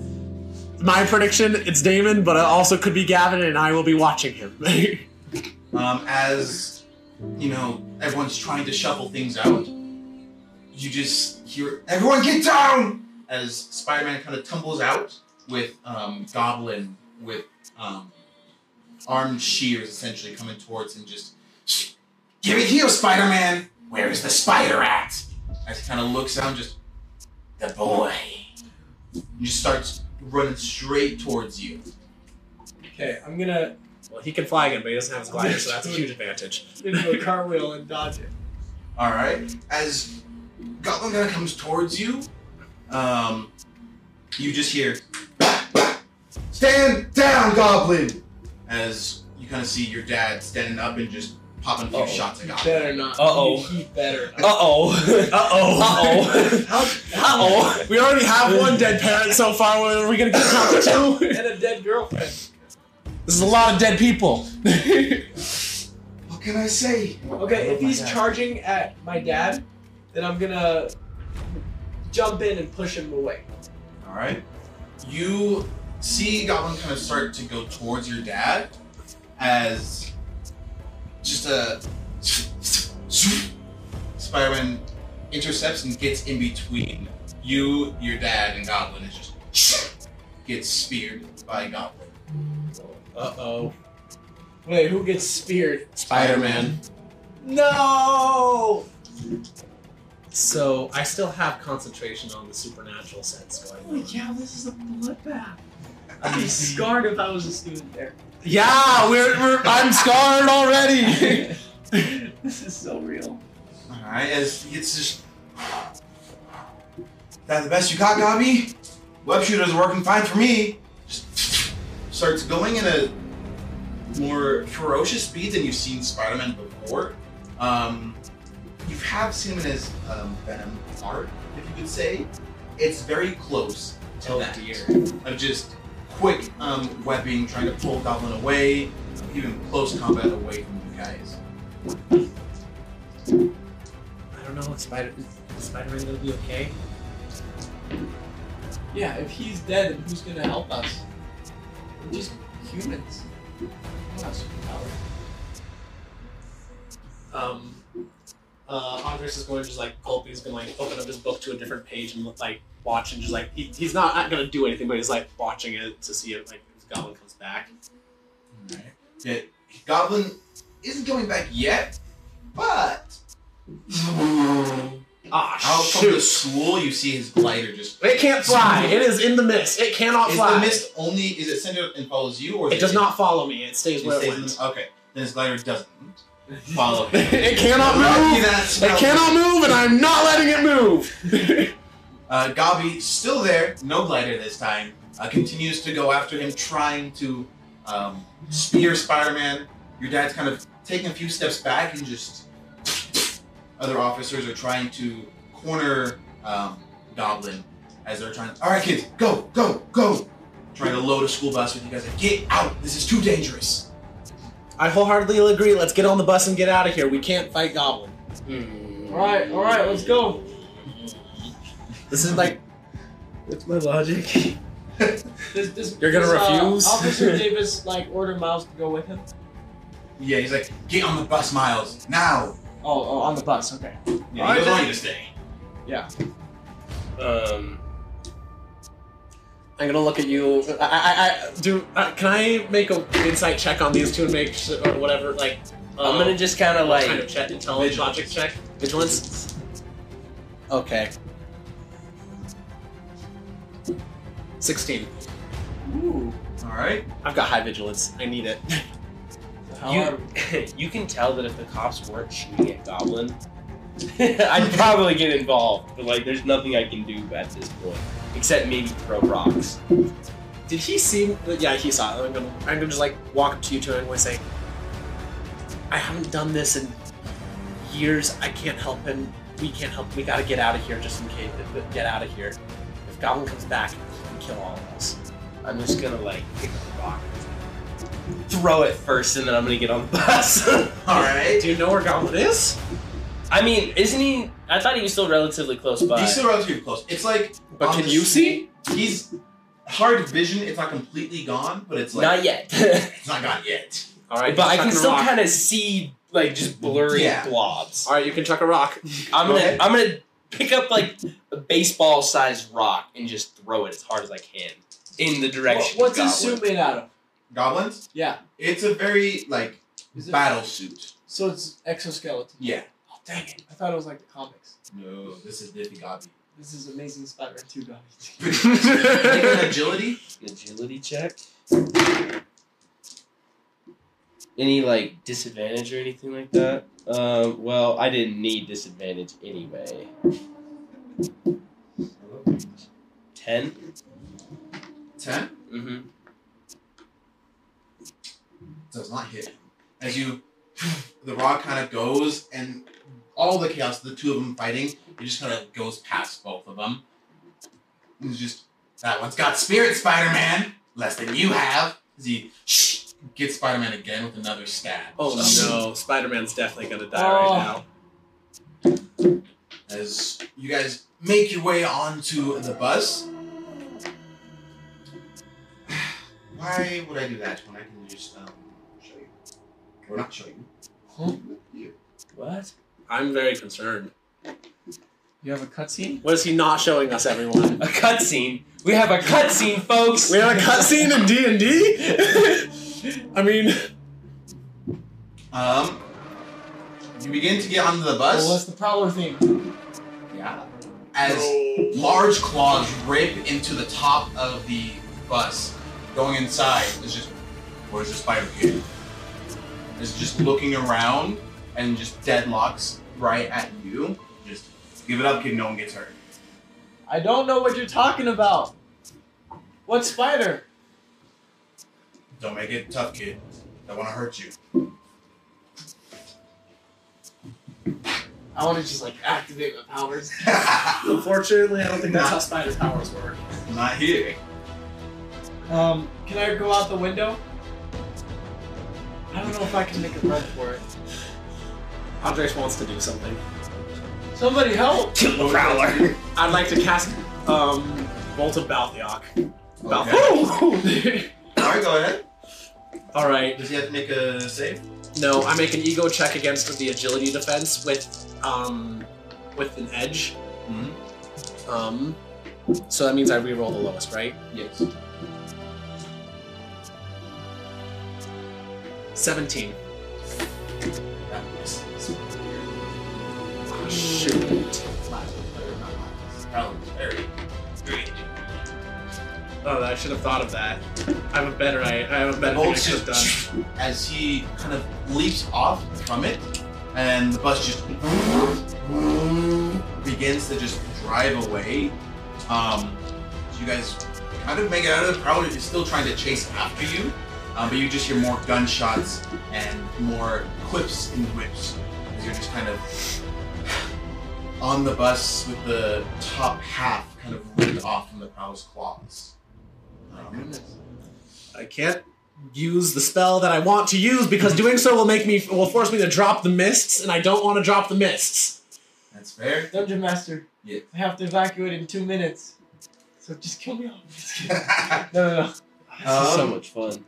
My prediction: it's Damon, but it also could be Gavin, and I will be watching him.
um, as you know everyone's trying to shuffle things out you just hear everyone get down as spider-man kind of tumbles out with um, goblin with um, armed shears essentially coming towards him just give it here spider-man where is the spider at as he kind of looks down just the boy and just starts running straight towards you
Okay, I'm gonna
well, he can fly again, but he doesn't have his glider, so that's a huge advantage.
into a cartwheel and dodge it.
All right. As Goblin kind of comes towards you, um, you just hear, "Stand down, Goblin!" As you kind of see your dad standing up and just popping a few
Uh-oh.
shots at Goblin.
Better not.
Uh-oh.
He better.
Uh oh.
Uh oh.
Uh
How,
Uh oh.
we already have one dead parent so far. What are we gonna get count two?
and a dead girlfriend.
This is a lot of dead people.
What can I say?
Okay, if
Oh my
he's
God.
charging at my dad, then I'm gonna jump in and push him away.
All right. You see Goblin kind of start to go towards your dad as just a Spider-Man intercepts and gets in between you, your dad, and Goblin. and just gets speared by Goblin.
Uh oh.
Wait, who gets speared?
Spider-Man.
No!
So I still have concentration on the supernatural sense going on.
cow, this is a bloodbath. I'd be scarred if I was a student there.
Yeah, we're, we're I'm scarred already.
This is so real.
All right, as he gets just that the best you got, Gabby. Web shooter's working fine for me. Just starts going in a more ferocious speed than you've seen Spider-Man before. Um, you have seen him in his um, Venom art, if you could say. It's very close to
Oh,
that
dear.
of just quick um, webbing, trying to pull Goblin away, even close combat away from you guys.
I don't know. If Spider is Spider-Man gonna be okay?
Yeah, if he's dead, then who's gonna help us? We're just humans. We're not superpowered.
Um, uh, Andres is going to just like gulp. He's gonna like open up his book to a different page and look like watch and just like he, he's not, not gonna do anything, but he's like watching it to see if like his goblin comes back.
Alright. Yeah, Goblin isn't coming back yet, but
Ah,
out from the
shoot!
school you see his glider just.
It can't fly. It is in the mist. It cannot
Is
fly.
the mist only? Is it centered and follows you, or is
It does not follow me. It stays
it
where it
stays in
went.
the- okay, then his glider doesn't follow him.
it cannot
Lucky
move.
that
It
smell.
cannot move, and I'm not letting it move.
Uh, Gabi, still there, no glider this time, uh, continues to go after him, trying to um, spear Spider-Man. Your dad's kind of taking a few steps back and just other officers are trying to corner um, Goblin as they're trying. All right, kids, go, go, go! Trying to load a school bus with you guys. Like, get out! This is too dangerous.
I wholeheartedly agree. Let's get on the bus and get out of here. We can't fight Goblin.
Hmm.
Alright, alright, let's go.
This is like.
That's my logic.
Does, does,
You're gonna
does, uh,
refuse?
Officer Davis, like, order Miles to go with him?
Yeah, he's like, get on the bus, Miles, now.
Oh, oh, on the bus, okay.
Yeah,
All right,
he doesn't want
then.
you to stay.
Um.
I'm gonna look at you. I, I, I do. Uh, can I make a insight check on these two and make sure, or whatever? Like,
I'm
Um,
gonna just kind of
like kind
like.
of check intelligence logic check vigilance. Okay. Sixteen.
Ooh.
All right.
I've got high vigilance. I need it.
How are
You, you can tell that if the cops weren't shooting at Goblin, I'd probably get involved. But like, there's nothing I can do at this point except maybe throw rocks.
Did he see? Yeah, he saw. it. I'm gonna, I'm gonna just like walk up to you two and I'm gonna say, I haven't done this in years. I can't help him. we can't help. We gotta get out of here just in case. Get out of here. If Goblin comes back, he can kill all of us.
I'm just gonna like pick up the rock, throw it first, and then I'm gonna get on the bus.
All right. Do you know where Goblin is?
I mean, isn't he? I thought he was still relatively close by.
He's still relatively close. It's like,
But
on
can
the
you see?
screen, He's hard vision. It's not completely gone, but it's like
Not yet,
it's not gone yet.
All right.
but I can still
Kind
kind of see like just blurry
Yeah.
blobs.
All right, you can chuck a rock.
I'm
Go
gonna
ahead.
I'm gonna pick up like a baseball sized rock and just throw it as hard as I can in the direction.
What's
of
his
Goblin.
suit made out of?
Goblins.
Yeah.
It's a very like
Is it,
battle suit.
so it's exoskeleton.
Yeah.
Oh, dang it. I thought it was like the comics.
No, this is Niffy Gobby.
This is Amazing Spider-Man 2, guys.
Make an agility.
agility check? Any like disadvantage or anything like that? Uh, well, I didn't need disadvantage anyway. Ten.
Ten.
Mm-hmm.
does not hit him. As you, the rock kind of goes, and all the chaos, the two of them fighting, it just kind of goes past both of them. It's just, that one's got spirit, Spider Man! Less than you have! As he gets Spider Man again with another stab.
Oh
So,
no, Spider Man's definitely gonna die
Oh.
right now.
As you guys make your way onto the bus. Why would I do that when I can just um, show you? Or not show you.
What?
I'm very concerned.
You have a cutscene?
What is he not showing us, everyone?
A cutscene. We have a cutscene, folks.
We have a cutscene in D and D. I mean,
Um, you begin to get onto the bus.
Well, what's the prowler theme?
Yeah. As large claws rip into the top of the bus, going inside is just, where's the spider kid? Is just looking around and just deadlocks right at you. Just give it up, kid. No one gets hurt.
I don't know what you're talking about. What spider?
Don't make it tough, kid. Don't want to hurt you.
I want to just like activate my powers.
unfortunately, I don't think
that's how
spider powers work.
Not here.
Um, can I go out the window? I don't know if I can make a run for it.
Andres wants to do something.
Somebody help!
Kill the prowler.
I'd like to cast um, Bolt of Balthiok. Balthiok.
Okay. All right, go ahead.
All right.
Does he have to make a save?
No, I make an ego check against the agility defense with um, with an edge.
Mhm.
Um, so that means I re-roll the lowest, right?
Yes.
Seventeen.
That is
Oh, shoot.
very great.
Oh, I should have thought of that. I have a better. I, I have a better. thing I
Bolts
could have done.
just as he kind of leaps off from it, and the bus just begins to just drive away. Um, so you guys kind of make it out of the crowd. It's still trying to chase after you, um, but you just hear more gunshots and more quips and whips as you're just kind of on the bus with the top half kind of ripped off from the crowd's claws. Um,
I can't use the spell that I want to use because doing so will make me will force me to drop the mists, and I don't want to drop the mists.
that's fair.
Dungeon Master.
Yeah.
I have to evacuate in two minutes. So just kill me off.
um,
No, no, no.
This is
Um,
so much fun.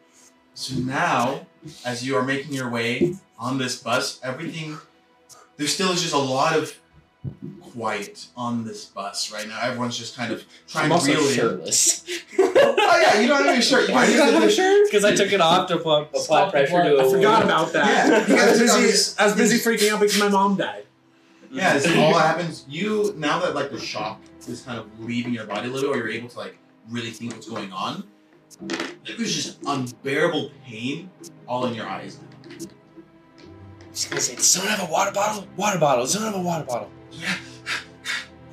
so now, as you are making your way on this bus, everything there still is just a lot of quiet on this bus right now. Everyone's just kind of trying
I'm also
to reel in.
shirtless.
Oh yeah, you don't have your shirt. You guys just-
shirt? Because I took it off to apply,
Stop
apply
the
pressure to.
blood.
a
I
I forgot
wound.
about that.
Yeah, you
I was
guys-
busy. I was busy freaking out because my mom died.
Yeah, this all happens. You now that like the shock is kind of leaving your body a little, or you're able to like really think what's going on. There's just unbearable pain all in your eyes.
I'm just gonna say, does someone have a water bottle? Water bottle. Does someone have a water bottle?
Yeah,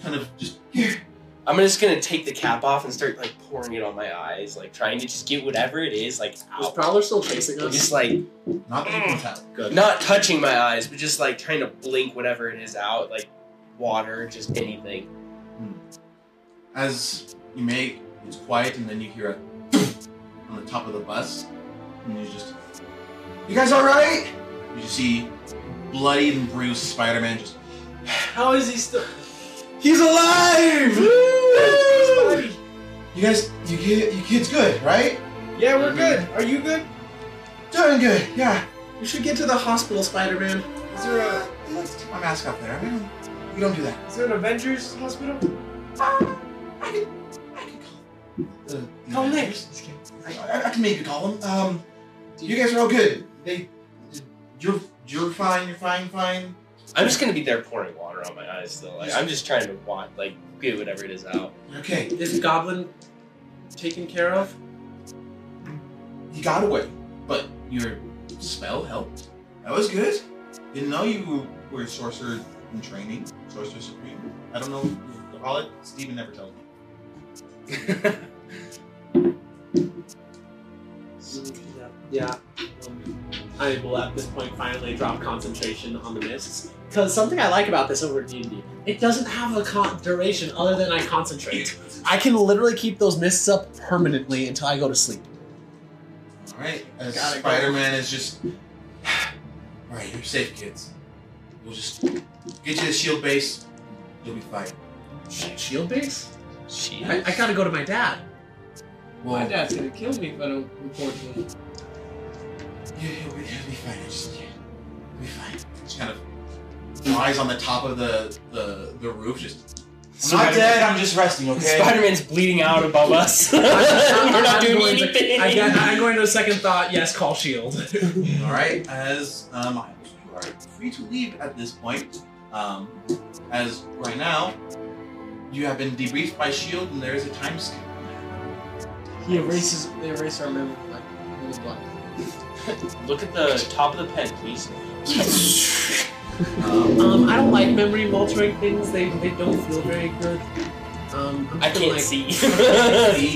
kind of just here.
I'm just gonna take the cap off and start like pouring it on my eyes, like trying to just get whatever it is, like
Was
out.
Prowler still chasing
I'm
us?
just like
Not that you can tell.
Good.
not touching my eyes, but just like trying to blink whatever it is out, like water, just anything.
As you make, it's quiet, and then you hear a on the top of the bus, and you just, you guys all right? You just see bloodied and bruised Spider-Man just.
How is he still?
He's alive!
Spidey.
You guys, you kid, you kids, good, right?
Yeah, we're good. Are you good?
Doing good, yeah.
We should get to the hospital, Spider-Man. Is there a
Let's take my mask off there. I mean, you don't do that. Uh,
is there an Avengers hospital?
I can, I can call. The, the
Call Nick.
Avengers. I, I, I can maybe call him. Um, you guys are all good. They, you're, you're fine. You're fine. Fine.
I'm just gonna be there pouring water on my eyes though. Like I'm just trying to want like get whatever it is out.
You're okay.
Is Goblin taken care of?
He got away, but your spell helped. That was good. Didn't know you were a sorcerer in training, sorcerer supreme. I don't know if you call it. Steven never told me.
Yeah. I will at this point finally drop concentration on the mists. Because something I like about this over D&D, it doesn't have a con- duration other than I concentrate. I can literally keep those mists up permanently until I go to sleep.
All right, as
Got it,
Spider-Man is just. All right, you're safe, kids. We'll just get you to shield base. You'll be fine.
Sh- Shield base?
She.
I, I gotta go to my dad.
Well, yeah,
dad's gonna kill me if I don't report him.
you'll be, you'll be fine. Just, yeah, you'll be fine. Just kind of lies on the top of the the, the roof. Just. I'm not dead. I'm just resting. Okay.
Spider-Man's bleeding out above us. We're not doing
going to-
anything.
I got, I'm going to a second thought. Yes, call shield.
All right, as um, you are free to leave at this point. Um, as right now, you have been debriefed by Shield, E and there is a time skip.
He erases. They erase our memory. Like, it was black.
Look at the top of the pen, please.
Um,
Um, I don't like memory altering things. They, they don't feel very good. Um, I'm
I
still
can't
like,
see.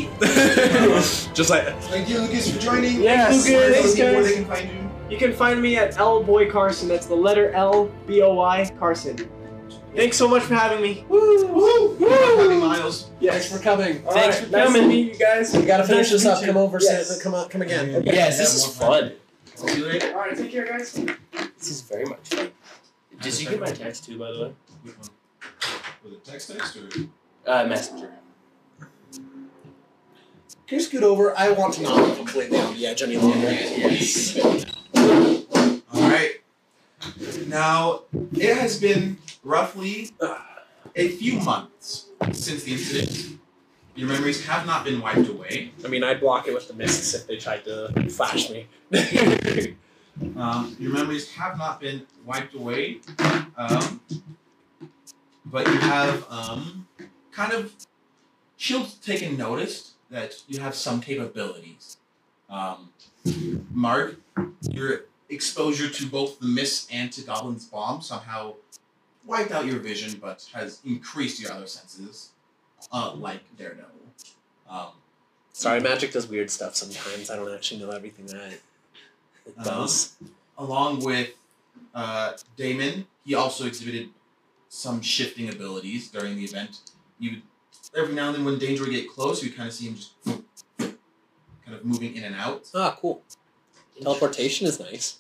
see,
Just like
Thank you, Lucas, for joining.
Yes,
Lucas,
thanks,
where they
guys.
can find you.
You can find me at L Boy Carson. That's the letter L B O Y Carson. Thanks so much for having me.
Woo, woo, Happy Miles.
Yes.
Thanks for coming.
All
Thanks
right,
for
nice to
coming.
meet you guys.
We gotta finish
Nice
this
to
up.
meet you.
Come over,
Yes.
Santa. Come on, come again.
yes, this is fun.
See you later.
All right, take care, guys.
This is very much fun. Did you get my text too, by the way?
Which one? Was it text text or?
Uh, messenger.
Can you scoot over? I want to not completely on the edge any longer.
Yes.
All right. Now, it has been roughly a few months since the incident. Your memories have not been wiped away.
I mean, I'd block it with the mists if they tried to flash me.
Um, your memories have not been wiped away. Um, but you have um, kind of. Shield's taken notice that you have some capabilities. Um, Mark, your exposure to both the mist and to Goblin's bomb somehow wiped out your vision, but has increased your other senses, uh, like Daredevil. Um,
Sorry, magic does weird stuff sometimes. I don't actually know everything that it
Uh-huh.
does.
along with uh, Damon, he also exhibited some shifting abilities during the event. You would, every now and then, when danger would get close, you would kind of see him just kind of moving in and out.
Ah, cool. Teleportation is nice.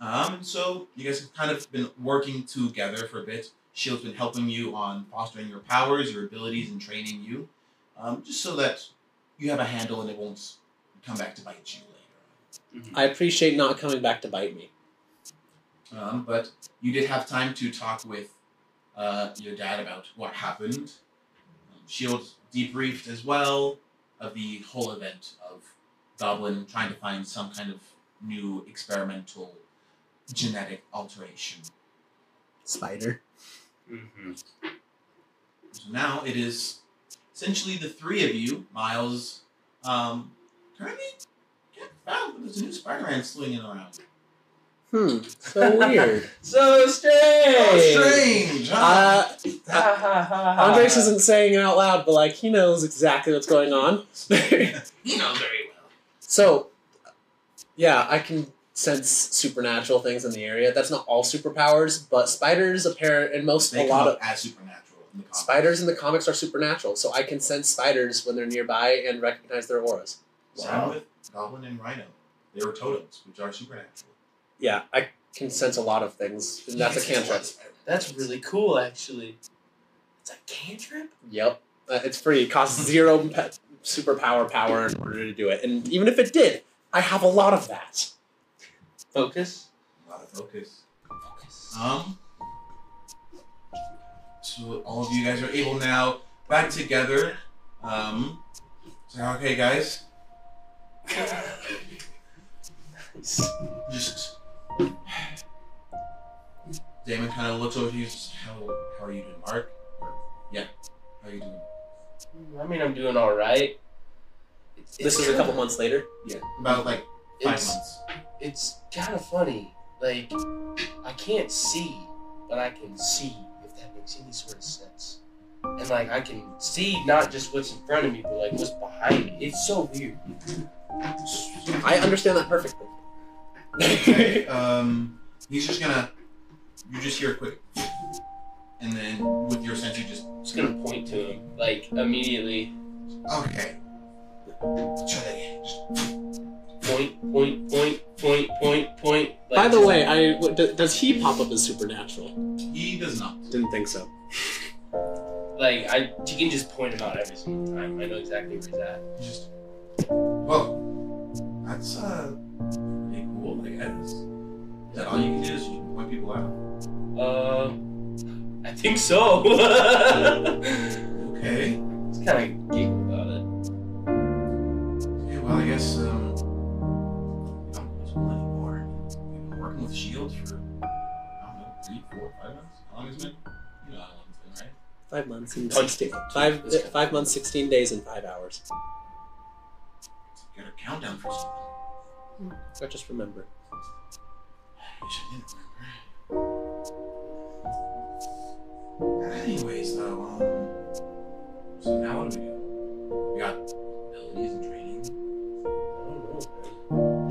Um, and so you guys have kind of been working together for a bit. Shield's been helping you on fostering your powers, your abilities, and training you, um, just so that you have a handle and it won't come back to bite you later.
I appreciate not coming back to bite me.
Um, but you did have time to talk with uh, your dad about what happened. Um, Shield debriefed as well of the whole event of Goblin trying to find some kind of new experimental genetic alteration.
Spider.
Mm-hmm.
So now it is essentially the three of you, Miles, um, currently can't be found, but there's a new Spider-Man slinging around.
Hmm. So weird.
So strange.
Oh, strange! huh?
uh, Andres isn't saying it out loud, but like he knows exactly what's going on.
you know very well.
So, yeah, I can sense supernatural things in the area. That's not all superpowers, but spiders apparent and most
They
a
come
lot
up
of
as supernatural. In the comics.
spiders in the comics are supernatural. So I can sense spiders when they're nearby and recognize their auras.
Same with Goblin and Rhino. They were totems, which are supernatural.
Yeah, I can sense a lot of things, and that's a cantrip.
That's really cool, actually.
It's a cantrip.
Yep, uh, it's free. It costs zero pe- superpower power in order to do it. And even if it did, I have a lot of that.
Focus.
A lot of focus. Um. So all of you guys are able now back together. Um. So okay, guys. Just. Damon kind of looks over to you. and says, How how are you doing, Mark? Yeah. How are you doing?
I mean, I'm doing all right. It's,
This
it's
is a couple
kinda-
months later.
Yeah. About like five
It's
months.
it's kind of funny. Like, I can't see, but I can see if that makes any sort of sense. And like, I can see not just what's in front of me, but like what's behind me. It's so weird.
I understand that perfectly.
Okay, um, he's just gonna. You just hear a quick, and then with your sense, you just
just gonna point to him, like immediately.
okay. Try that again. Just-
Point, point, point, point, point, point. Like,
By the
just-
way, I w- d- does he pop up as supernatural?
He does not.
Didn't think so.
like I, you can just point him out every single time. I know exactly where he's at.
He Just whoa, that's uh pretty cool. I guess. Is that all you can do? Is you can point people out?
Uh, I think so.
Okay.
Just kind of giggle about it.
Yeah. Well, I guess um, I don't know school anymore. I've been working with Shield for I don't know three, four, five months. How long has it been? You know how long it's been, right?
Five months and
Punch
sixteen. Five uh, five months, sixteen days, and five hours.
Got a countdown for something.
I just remember.
Wish I didn't remember. Anyways, though, um, so now what do we do? We got abilities and training.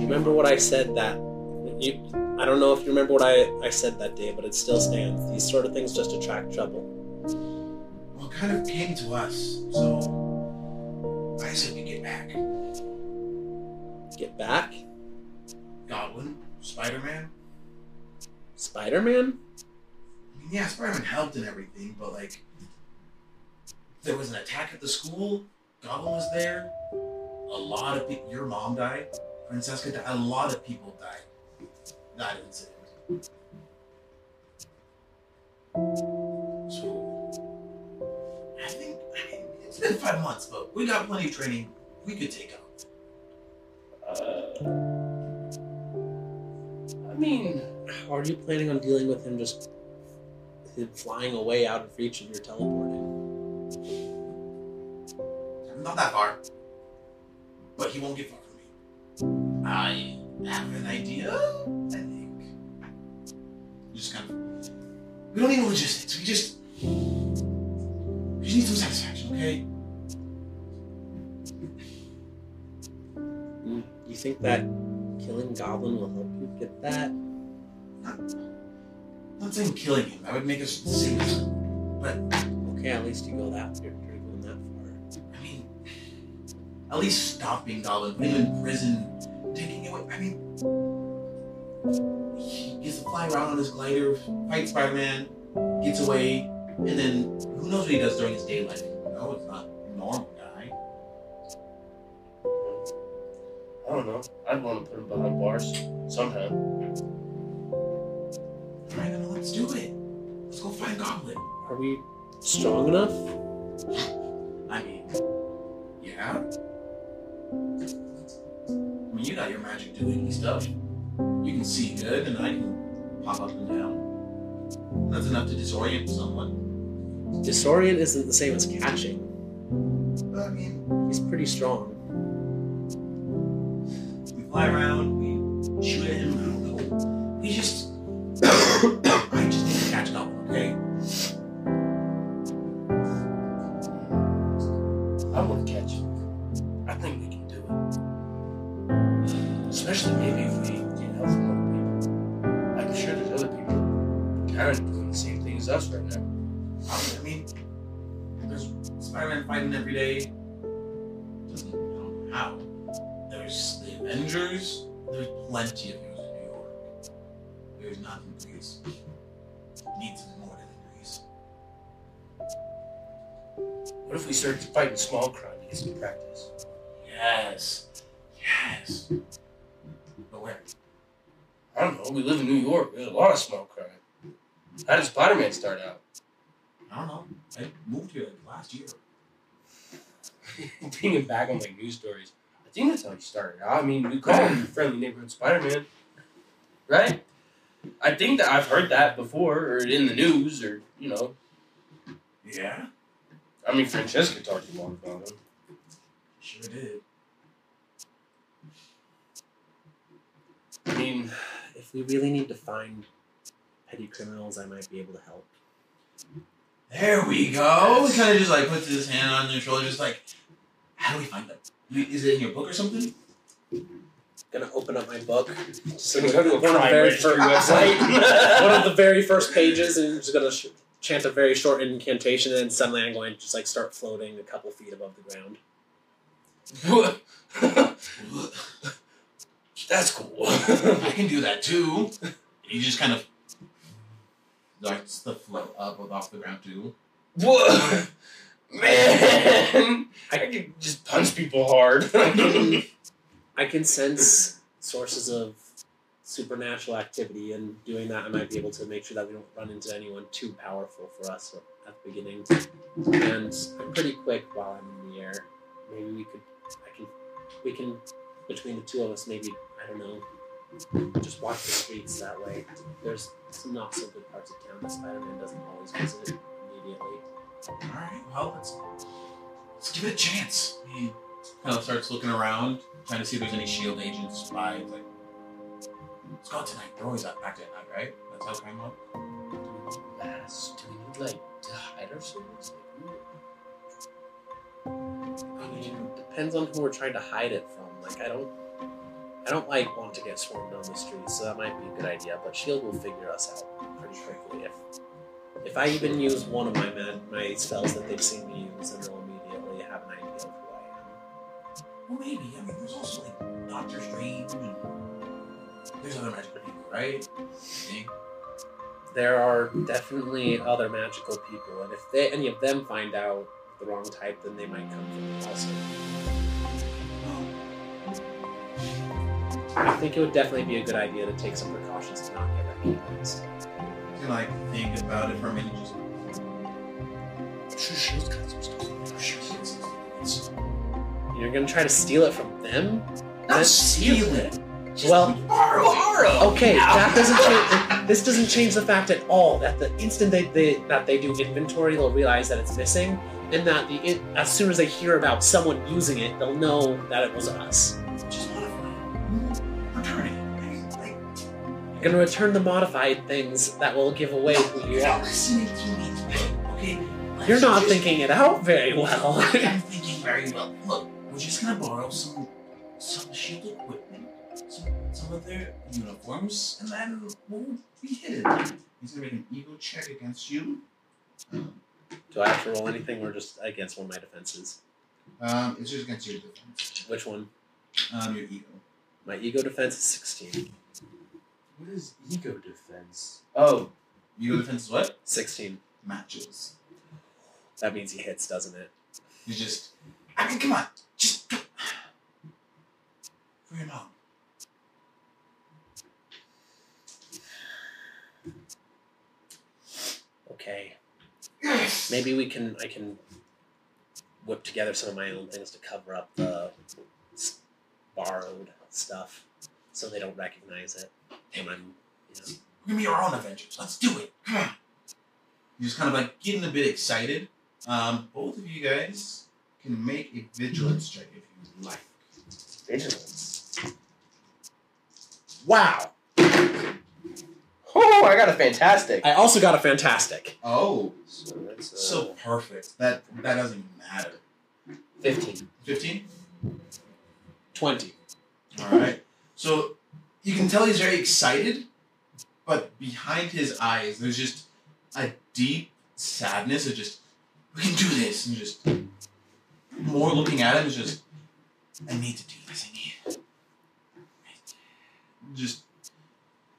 Remember what I said that you. I don't know if you remember what I, I said that day, but it still stands. These sort of things just attract trouble.
Well, it kind of came to us, so I said we get back.
Get back,
Goblin, Spider Man.
Spider Man.
I mean, yeah, Spider Man helped and everything, but like, there was an attack at the school. Goblin was there. A lot of people. Your mom died. Francesca died. A lot of people died. That incident. So, I think I mean, it's been five months, but we got plenty of training. We could take out.
Uh, I mean,
How are you planning on dealing with him just him flying away out of reach of your teleporting?
Not that far, but he won't get far from me. I have an idea. I think. Just kind of. We don't need logistics. We just. We just need some satisfaction, okay?
Hmm, You think that killing Goblin will help you get that?
I'm not saying killing him. That would make us safer.
Okay, at least you go that you're, you're going that far.
I mean, at least stopping Goblin, putting him in prison, taking away. I mean, he gets to fly around on his glider, fights Spider Man, gets away, and then who knows what he does during his daylight? You know, it's not normal, guy.
I don't know. I'd want to put him behind bars somehow.
Alright, then let's do it. Let's go find Goblin.
Are we strong enough?
I mean, yeah. I mean, you got your magic doing stuff. You can see good, and I can pop up and down. That's enough to disorient someone.
Disorient isn't the same as catching.
But I mean,
He's pretty strong.
we fly around, we shoot at him. I don't know. We just, I just need to catch Goblin, okay?
I want to catch him. I think we can do it. Especially maybe if we get help from
Spider-Man doing the same thing as us right now. I mean, there's Spider-Man fighting every day. Doesn't know how. There's the Avengers. There's plenty of heroes in New York. There's nothing Greece. Needs more than Greece.
What if we started fighting small crime to get some practice?
Yes. Yes. But where?
I don't know. We live in New York. There's a lot of small crime. How did Spider-Man start out?
I don't know. I moved here like last year.
Thinking back on like news stories, I think that's how he started out. I mean, we call him the friendly neighborhood Spider-Man, right? I think that I've heard that before, or in the news, or you know,
Yeah?
I mean, Francesca talked a lot about him.
Sure did.
I mean,
If we really need to find petty criminals, I might be able to help.
There we go. He kind of just like puts his hand on your shoulder, just like, how do we find them? You- Is it in your book or something?
Gonna open up my book.
just gonna go to a
One of the
crime
very
registry
first-
website.
One of the very first pages, and just gonna sh- chant a very short incantation, and then suddenly I'm going to just like start floating a couple feet above the ground.
That's cool.
I can do that too. And he just kind of starts to float up off the ground too.
Whoa. Man, I could just punch people hard.
I can sense sources of supernatural activity, and doing that, I might be able to make sure that we don't run into anyone too powerful for us at the beginning. And I'm pretty quick while I'm in the air. Maybe we could, I can, we can, between the two of us, maybe I don't know, just walk the streets that way. There's some not so good parts of town that Spider-Man doesn't always visit immediately.
All right, well let's let's give it a chance. He kind of Hmm. starts looking around, trying to see if there's any shield agents, spies. Like, let's go out tonight. They're always out back at night, right? That's how crime works.
Mass, do we need like to hide ourselves?
I mean, depends on who we're trying to hide it from. Like, I don't, I don't like want to get swarmed on the street, so that might be a good idea. But Shield will figure us out pretty quickly if, if I even use one of my man, my spells that they've seen me use, and they'll immediately have an idea of who
Well, maybe. I mean, there's also like Doctor Strange. And there's other magical people, right? I think.
I am. There are definitely other magical people, and if they, any of them find out the wrong type, then they might come from us also. I think it would definitely be a good idea to take some precautions to not get recognized.
You can like think about it for a minute. Just
You're gonna try to steal it from them?
not
That's-
steal it. Just
Well-
borrow. it.
Okay, that doesn't change. This doesn't change the fact at all that the instant they, they that they do inventory, they'll realize that it's missing, and that the in, as soon as they hear about someone using it, they'll know that it was us.
Just modify it. Return it. I mean, like,
You're gonna return the modified things that will give away who you
you're not
are.
listening to me today, okay? Let's
You're not
just-
thinking it out very well.
I am thinking very well. Look, we're just gonna borrow some some shield equipment, some, some of their uniforms, and then we'll be hidden. He's gonna make an ego check against you. Um,
do I have to roll anything or just against one of my defenses?
um, it's just against your defense,
Which one?
um, your ego.
My ego defense is 16.
What is ego defense? Oh,
Ego defense is what?
16.
Matches.
That means he hits, doesn't it?
You just, I mean, come on, just go. for your mom.
Okay.
Yes.
Maybe we can. I can whip together some of my own things to cover up the s- borrowed stuff, so they don't recognize it. And I'm, you know,
We're gonna be our own Avengers. Let's do it. Come on. You're just kind of like getting a bit excited. Um, both of you guys can make a vigilance check if you like.
vigilance.
wow.
Oh, I got a fantastic.
I also got a fantastic.
Oh,
So that's uh,
so perfect. That that doesn't even matter.
fifteen.
Fifteen.
Twenty.
All right. So you can tell he's very excited, but behind his eyes, there's just a deep sadness of just, we can do this, and just more looking at him is just, I need to do this. I need. Just,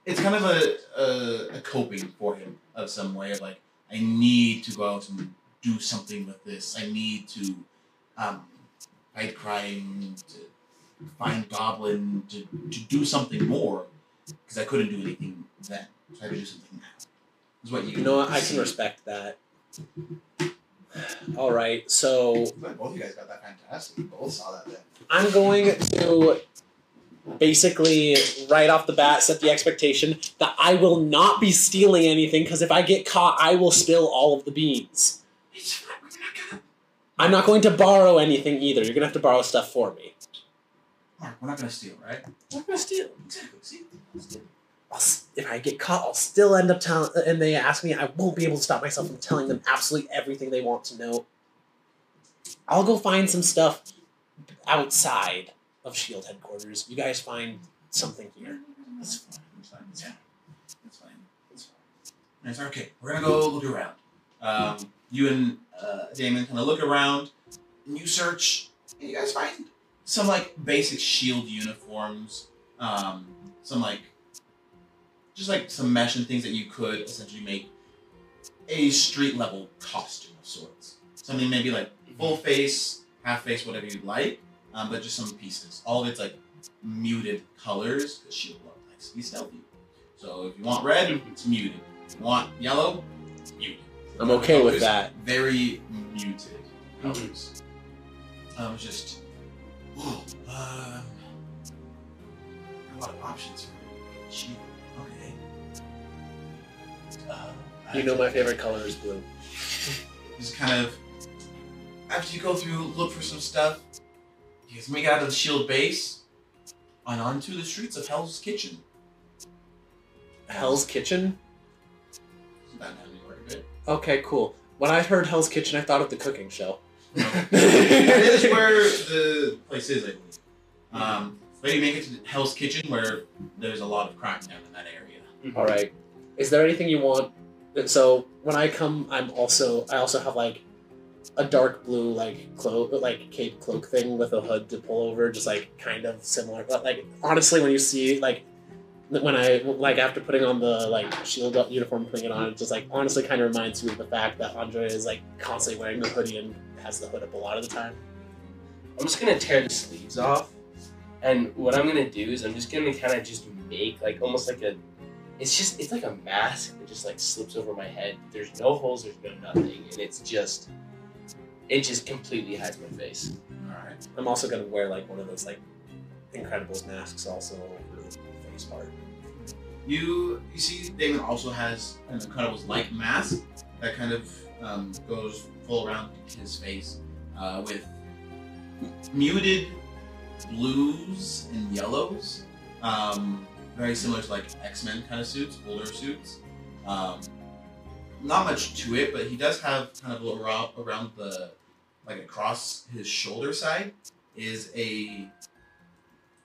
it's kind of a, a a coping for him of some way of like, I need to go out and do something with this. I need to, um, fight crime, to find goblin, to to do something more because I couldn't do anything then, so I had to do something now. Is what you
You know what? I can
see.
respect that. All right, so
Both of you guys got that fantastic. You both saw that then.
I'm going to basically right off the bat set the expectation that I will not be stealing anything because if I get caught, I will spill all of the beans.
It's fine. We're not gonna.
I'm not going to borrow anything either. You're gonna have to borrow stuff for me.
Mark, we're not gonna steal, right?
We're not gonna steal.
Exactly. See.
I'll, s- if I get caught, I'll still end up telling. And they ask me, I won't be able to stop myself from telling them absolutely everything they want to know. I'll go find some stuff outside of Shield E headquarters. You guys find something here.
That's fine. That's fine. Yeah. That's fine. That's fine. And it's okay. We're gonna go look around. Um, you and uh, Damon kind of look around, and you search, and you guys find some like basic shield uniforms, um, some like just like some mesh and things that you could essentially make a street level costume of sorts. Something maybe like full face, half face, whatever you'd like, um, but just some pieces. All of it's like muted colors because shield blood likes to be stealthy. So if you want red, it's muted. If you want yellow, muted.
I'm okay with
Colors,
that. Mm-hmm.
Very muted colors. I was Um, just, ooh, um, a lot of options for shield. Okay. Uh,
You know my favorite color is blue.
just kind of after you go through, look for some stuff. You guys make it out of the shield base and onto the streets of Hell's Kitchen.
Hell's Kitchen?
Isn't that how you word it?
Okay, cool. When I heard Hell's Kitchen, I thought of the cooking show.
that is where the place is, I believe. Um, but you make it to Hell's Kitchen, where there's a lot of crime down in that area.
All right. Is there anything you want? And so when I come, I'm also I also have like a dark blue like cloak, like cape cloak thing with a hood to pull over, just like kind of similar. But like honestly, when you see like when I like after putting on the like shield up uniform, putting it on, it just like honestly kind of reminds me of the fact that Andre is like constantly wearing the hoodie and has the hood up a lot of the time.
I'm just gonna tear the sleeves off, and what I'm gonna do is I'm just gonna kind of just make like almost like a, it's just it's like a mask that just like slips over my head. There's no holes, there's no nothing, and it's just, it just completely hides my face.
Alright.
I'm also gonna wear like one of those like Incredibles masks also over the face part.
You you see, Damon also has an Incredibles like mask that kind of um, goes full around his face uh, with muted blues and yellows, um, very similar to like X Men kind of suits, older suits. Um, not much to it, but he does have kind of around, around the like across his shoulder side is a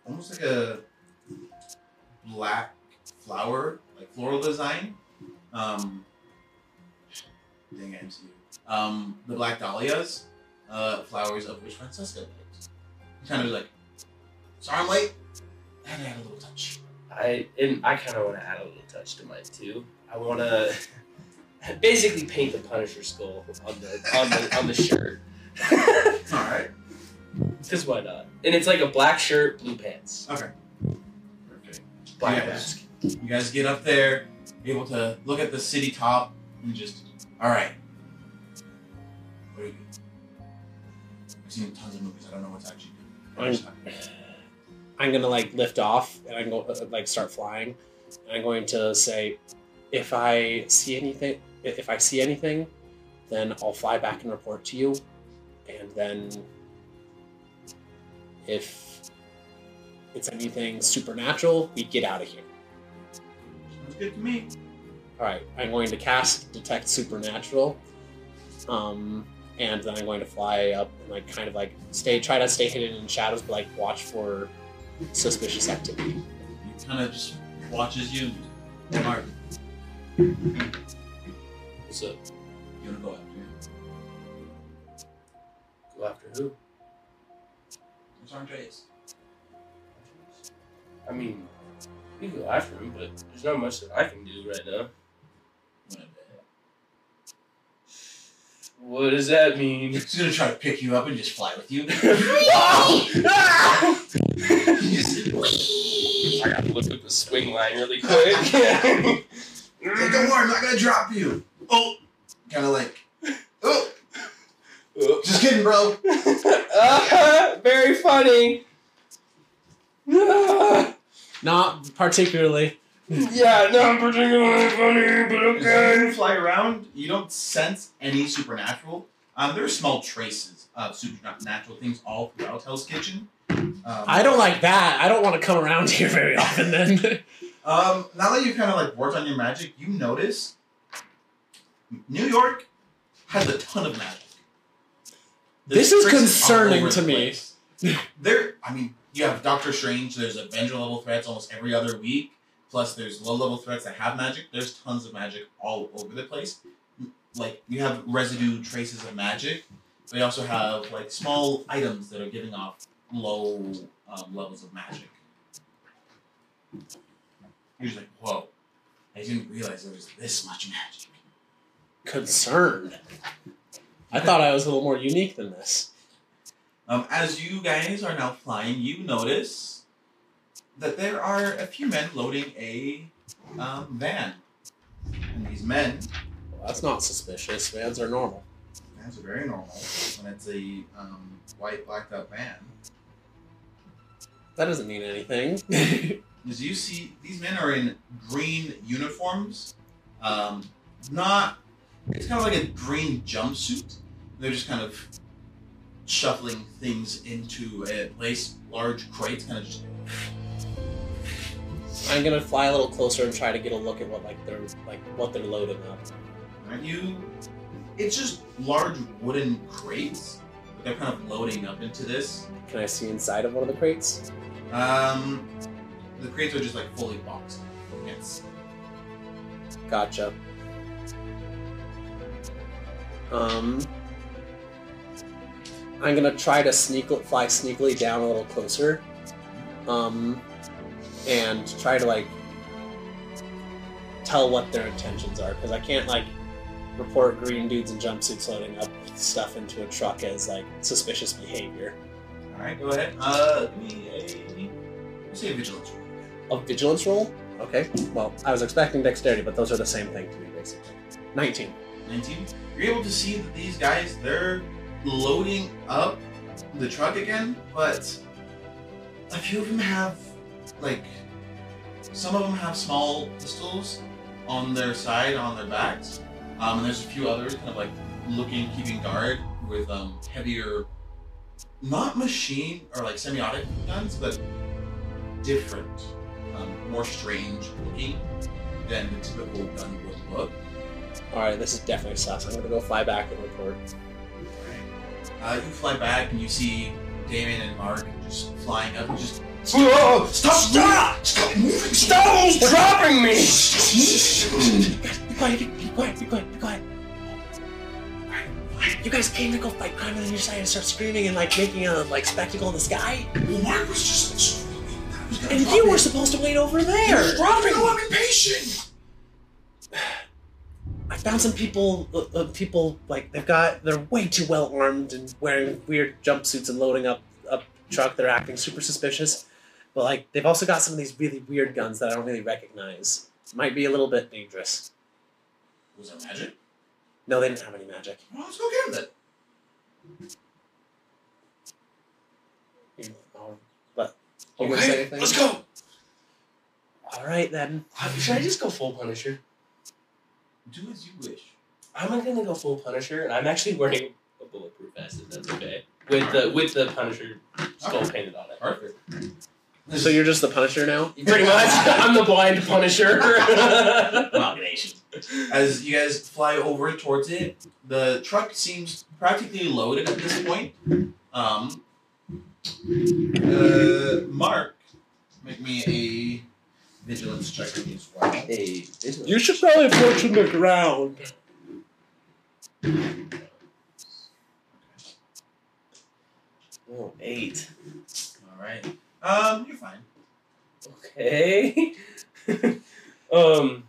almost like a black flower, like floral design. Um, dang it, MCU. Um, the black dahlias, uh, flowers of which Francesca picked. Kind of like, sorry I'm late. I had to add a little touch.
I and I kind of want to add a little touch to mine too. I want to basically paint the Punisher skull on the on the on the shirt.
All right.
Cause why not? And it's like a black shirt, blue pants,
Perfect.
black
Yeah.
mask.
You guys get up there, able to look at the city top, and just, all right. What are you doing? I've seen tons of movies. I don't know what's actually good.
I'm gonna like lift off and I'm going to like start flying. And I'm going to say, if I see anything, if I see anything, then I'll fly back and report to you. And then, if it's anything supernatural, we get out of here.
Sounds good to me.
All right, I'm going to cast detect supernatural, um, and then I'm going to fly up and like kind of like stay, try to stay hidden in shadows, but like watch for suspicious activity.
He kind of just watches you.
Hey, Martin,
What's up?
you wanna go after him?
Go after who?
It's Andreas.
I mean, you can go after him, but there's not much that I can do right now.
One of the-
What does that mean?
He's gonna try to pick you up and just fly with you.
I gotta look up the swing line really quick.
Hey, don't worry, I'm not gonna drop you. Oh, kind of like, oh, just kidding, bro.
Ah, very funny. Ah,
Not particularly.
yeah, not particularly funny, but
As
okay.
you fly around, you don't sense any supernatural. Um, there are small traces of supernatural things all throughout Hell's Kitchen. Um,
I don't like that. I don't want to come around here very often then.
Um, now that you kind of like worked on your magic, you notice New York has a ton of magic.
This is
traces all
concerning
over
to
the
me.
place. there, I mean, you have Doctor Strange. There's Avenger level threats almost every other week. Plus, there's low level threats that have magic. There's tons of magic all over the place. Like you have residue traces of magic. They also have like small items that are giving off low um, levels of magic. You're just like, whoa! I didn't realize there was this much magic.
Concerned. I thought I was a little more unique than this.
Um, as you guys are now flying, you notice that there are a few men loading a um, van. And these men,
Well, that's not suspicious. Vans are normal.
vans are very normal, and it's a um, white blacked out van.
That doesn't mean anything.
As you see, these men are in green uniforms. Um, not, it's kind of like a green jumpsuit. They're just kind of shuffling things into a place, large crates, kind of just
I'm gonna fly a little closer and try to get a look at what like they're like what they're loading up.
Aren't you? It's just large wooden crates that they're kind of loading up into this.
Can I see inside of one of the crates?
Um, the crates are just like fully boxed. Yes.
Gotcha. Um, I'm gonna try to sneak fly sneakily down a little closer, um, and try to like tell what their intentions are because I can't like report green dudes in jumpsuits loading up stuff into a truck as like suspicious behavior.
All right, go ahead. Uh, give me a. We'll say a vigilance roll.
A Oh, vigilance roll? Okay. Well, I was expecting dexterity, but those are the same thing to me, basically. 19.
19. You're able to see that these guys, they're loading up the truck again, but a few of them have, like, some of them have small pistols on their side, on their backs. Um, and there's a few others kind of like looking, keeping guard with um, heavier, not machine or like semiotic guns, but different, um, more strange looking than the typical gun would look.
Alright, this is definitely sus. I'm gonna go fly back and report.
Uh, you fly back and you see Damon and Mark just flying up and just. Whoa! Stop! Stop! Stop moving! Stop!
dropping me!
Be quiet, be quiet, be quiet, be quiet. You guys came to go fight crime and then you decided to start screaming and like making a like spectacle in the sky?
Well, Mark was just screaming. I was gonna
And
drop
you
him.
were supposed to wait over
He was
there!
dropping. No, I'm impatient.
I found some people, uh, uh, people like they've got they're way too well armed and wearing weird jumpsuits and loading up a truck. They're acting super suspicious, but like they've also got some of these really weird guns that I don't really recognize. Might be a little bit dangerous.
Was that magic?
No, they didn't have any magic.
Well, let's go get him then.
You- oh, But you gonna say
Okay,
anything?
let's go.
All right then.
Should I just go full Punisher?
Do as you wish.
I'm not gonna go full Punisher, and I'm actually wearing a bulletproof vest if that's okay. With the with the Punisher skull painted on it.
Perfect.
So you're just the Punisher now.
Pretty much, I'm the blind Punisher.
Amalgamation. As you guys fly over towards it, the truck seems practically loaded at this point. Um, uh, Mark, make me vigilance check against one. A vigilance.
You should probably approach from the ground.
Oh, eight.
All right. Um, you're fine.
Okay. um.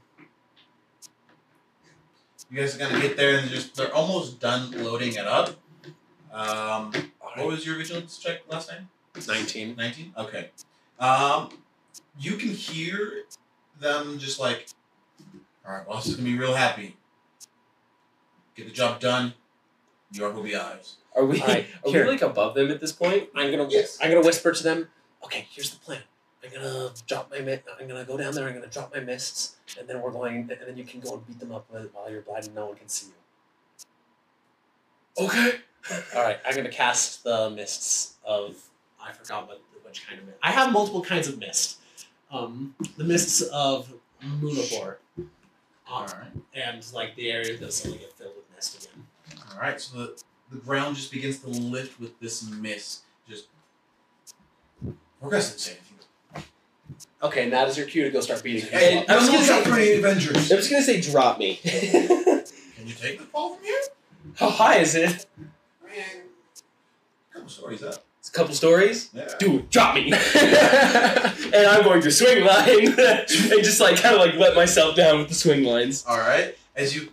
You guys are gonna get there and just they're almost done loading it up. Um, what was your vigilance check last time?
19.
19? Okay. Um, you can hear them just like, all right, boss is going to be real happy. Get the job done. New York will be ours.
Are we?
Alright,
are
here.
we like above them at this point?
I'm gonna
Yes.
I'm gonna whisper to them. Okay, here's the plan. I'm gonna drop my mi- I'm gonna go down there. I'm gonna drop my mists, and then we're going. And then you can go and beat them up with, while you're blind and no one can see you.
Okay.
All right, I'm gonna cast the mists of I forgot what which kind of mist. I have multiple kinds of mist. Um, the mists of Munapor,
All
um,
right.
and like the area that's gonna get filled with mist again.
All right. So the, the ground just begins to lift with this mist. Just. We're going to say anything.
Okay, and that is your cue to go start beating. people up.
And- I was gonna say-
pretty adventures.
I was gonna say drop me.
Can you take the ball from here?
How high is it?
I mean, a couple stories up.
It's a couple stories.
Yeah.
Dude, drop me. and I'm going to swing line and just like kind of like let myself down with the swing lines.
All right. As you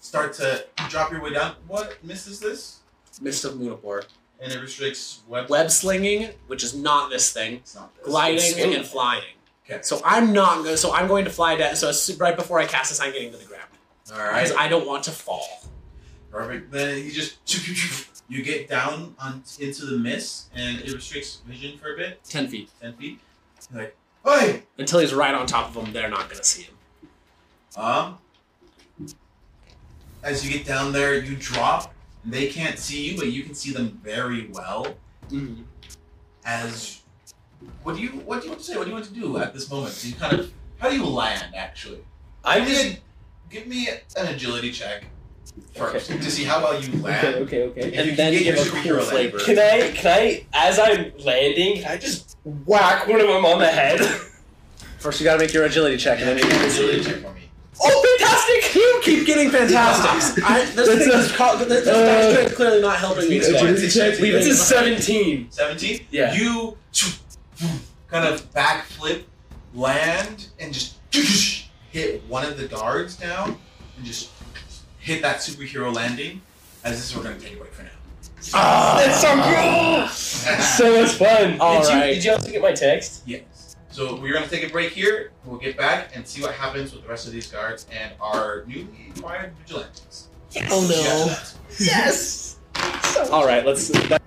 start to drop your way down, what misses this?
Mist of Munapor.
And it restricts web.
Web slinging, which is not this thing.
It's not this.
gliding
Swing.
and flying.
Okay.
So I'm not going. So I'm going to fly down. So it's right before I cast this, I'm getting to the ground
All right.
because I don't want to fall.
Perfect. Then you just you get down on into the mist, and it restricts vision for a bit,
Ten feet
ten feet. You're like, hey,
until he's right on top of them. They're not going to see him.
um. As you get down there, you drop. and They can't see you, but you can see them very well.
Mm-hmm.
As what do you what do you want to say? What do you want to do at this moment? Do you kind of how do you land actually?
I'm
Give
just
me a- give me an agility check first to see how well you land.
okay, okay.
If you can get your superhero land.
Can I? Can I? As I'm landing, can I just whack one of them on the head?
First, you got to make your agility check,
Yeah, make an agility check for me.
Oh, fantastic!
you keep getting fantastics. I, this
That's
thing
a-
is co- this, this
uh,
dice tray is clearly not helping me.
it's
today.
agility check, leave it.
This is seventeen.
17?
Yeah.
You kind of backflip, land, and just hit one of the guards down, and just hit that superhero landing. As this is what we're going to take a break for now.
That's so good. So much fun.
All
did
right.
You, did you also get my text?
yes. So we're going to take a break here. We'll get back and see what happens with the rest of these guards and our newly acquired vigilantes.
Oh no!
Yes.
All right, let's. That,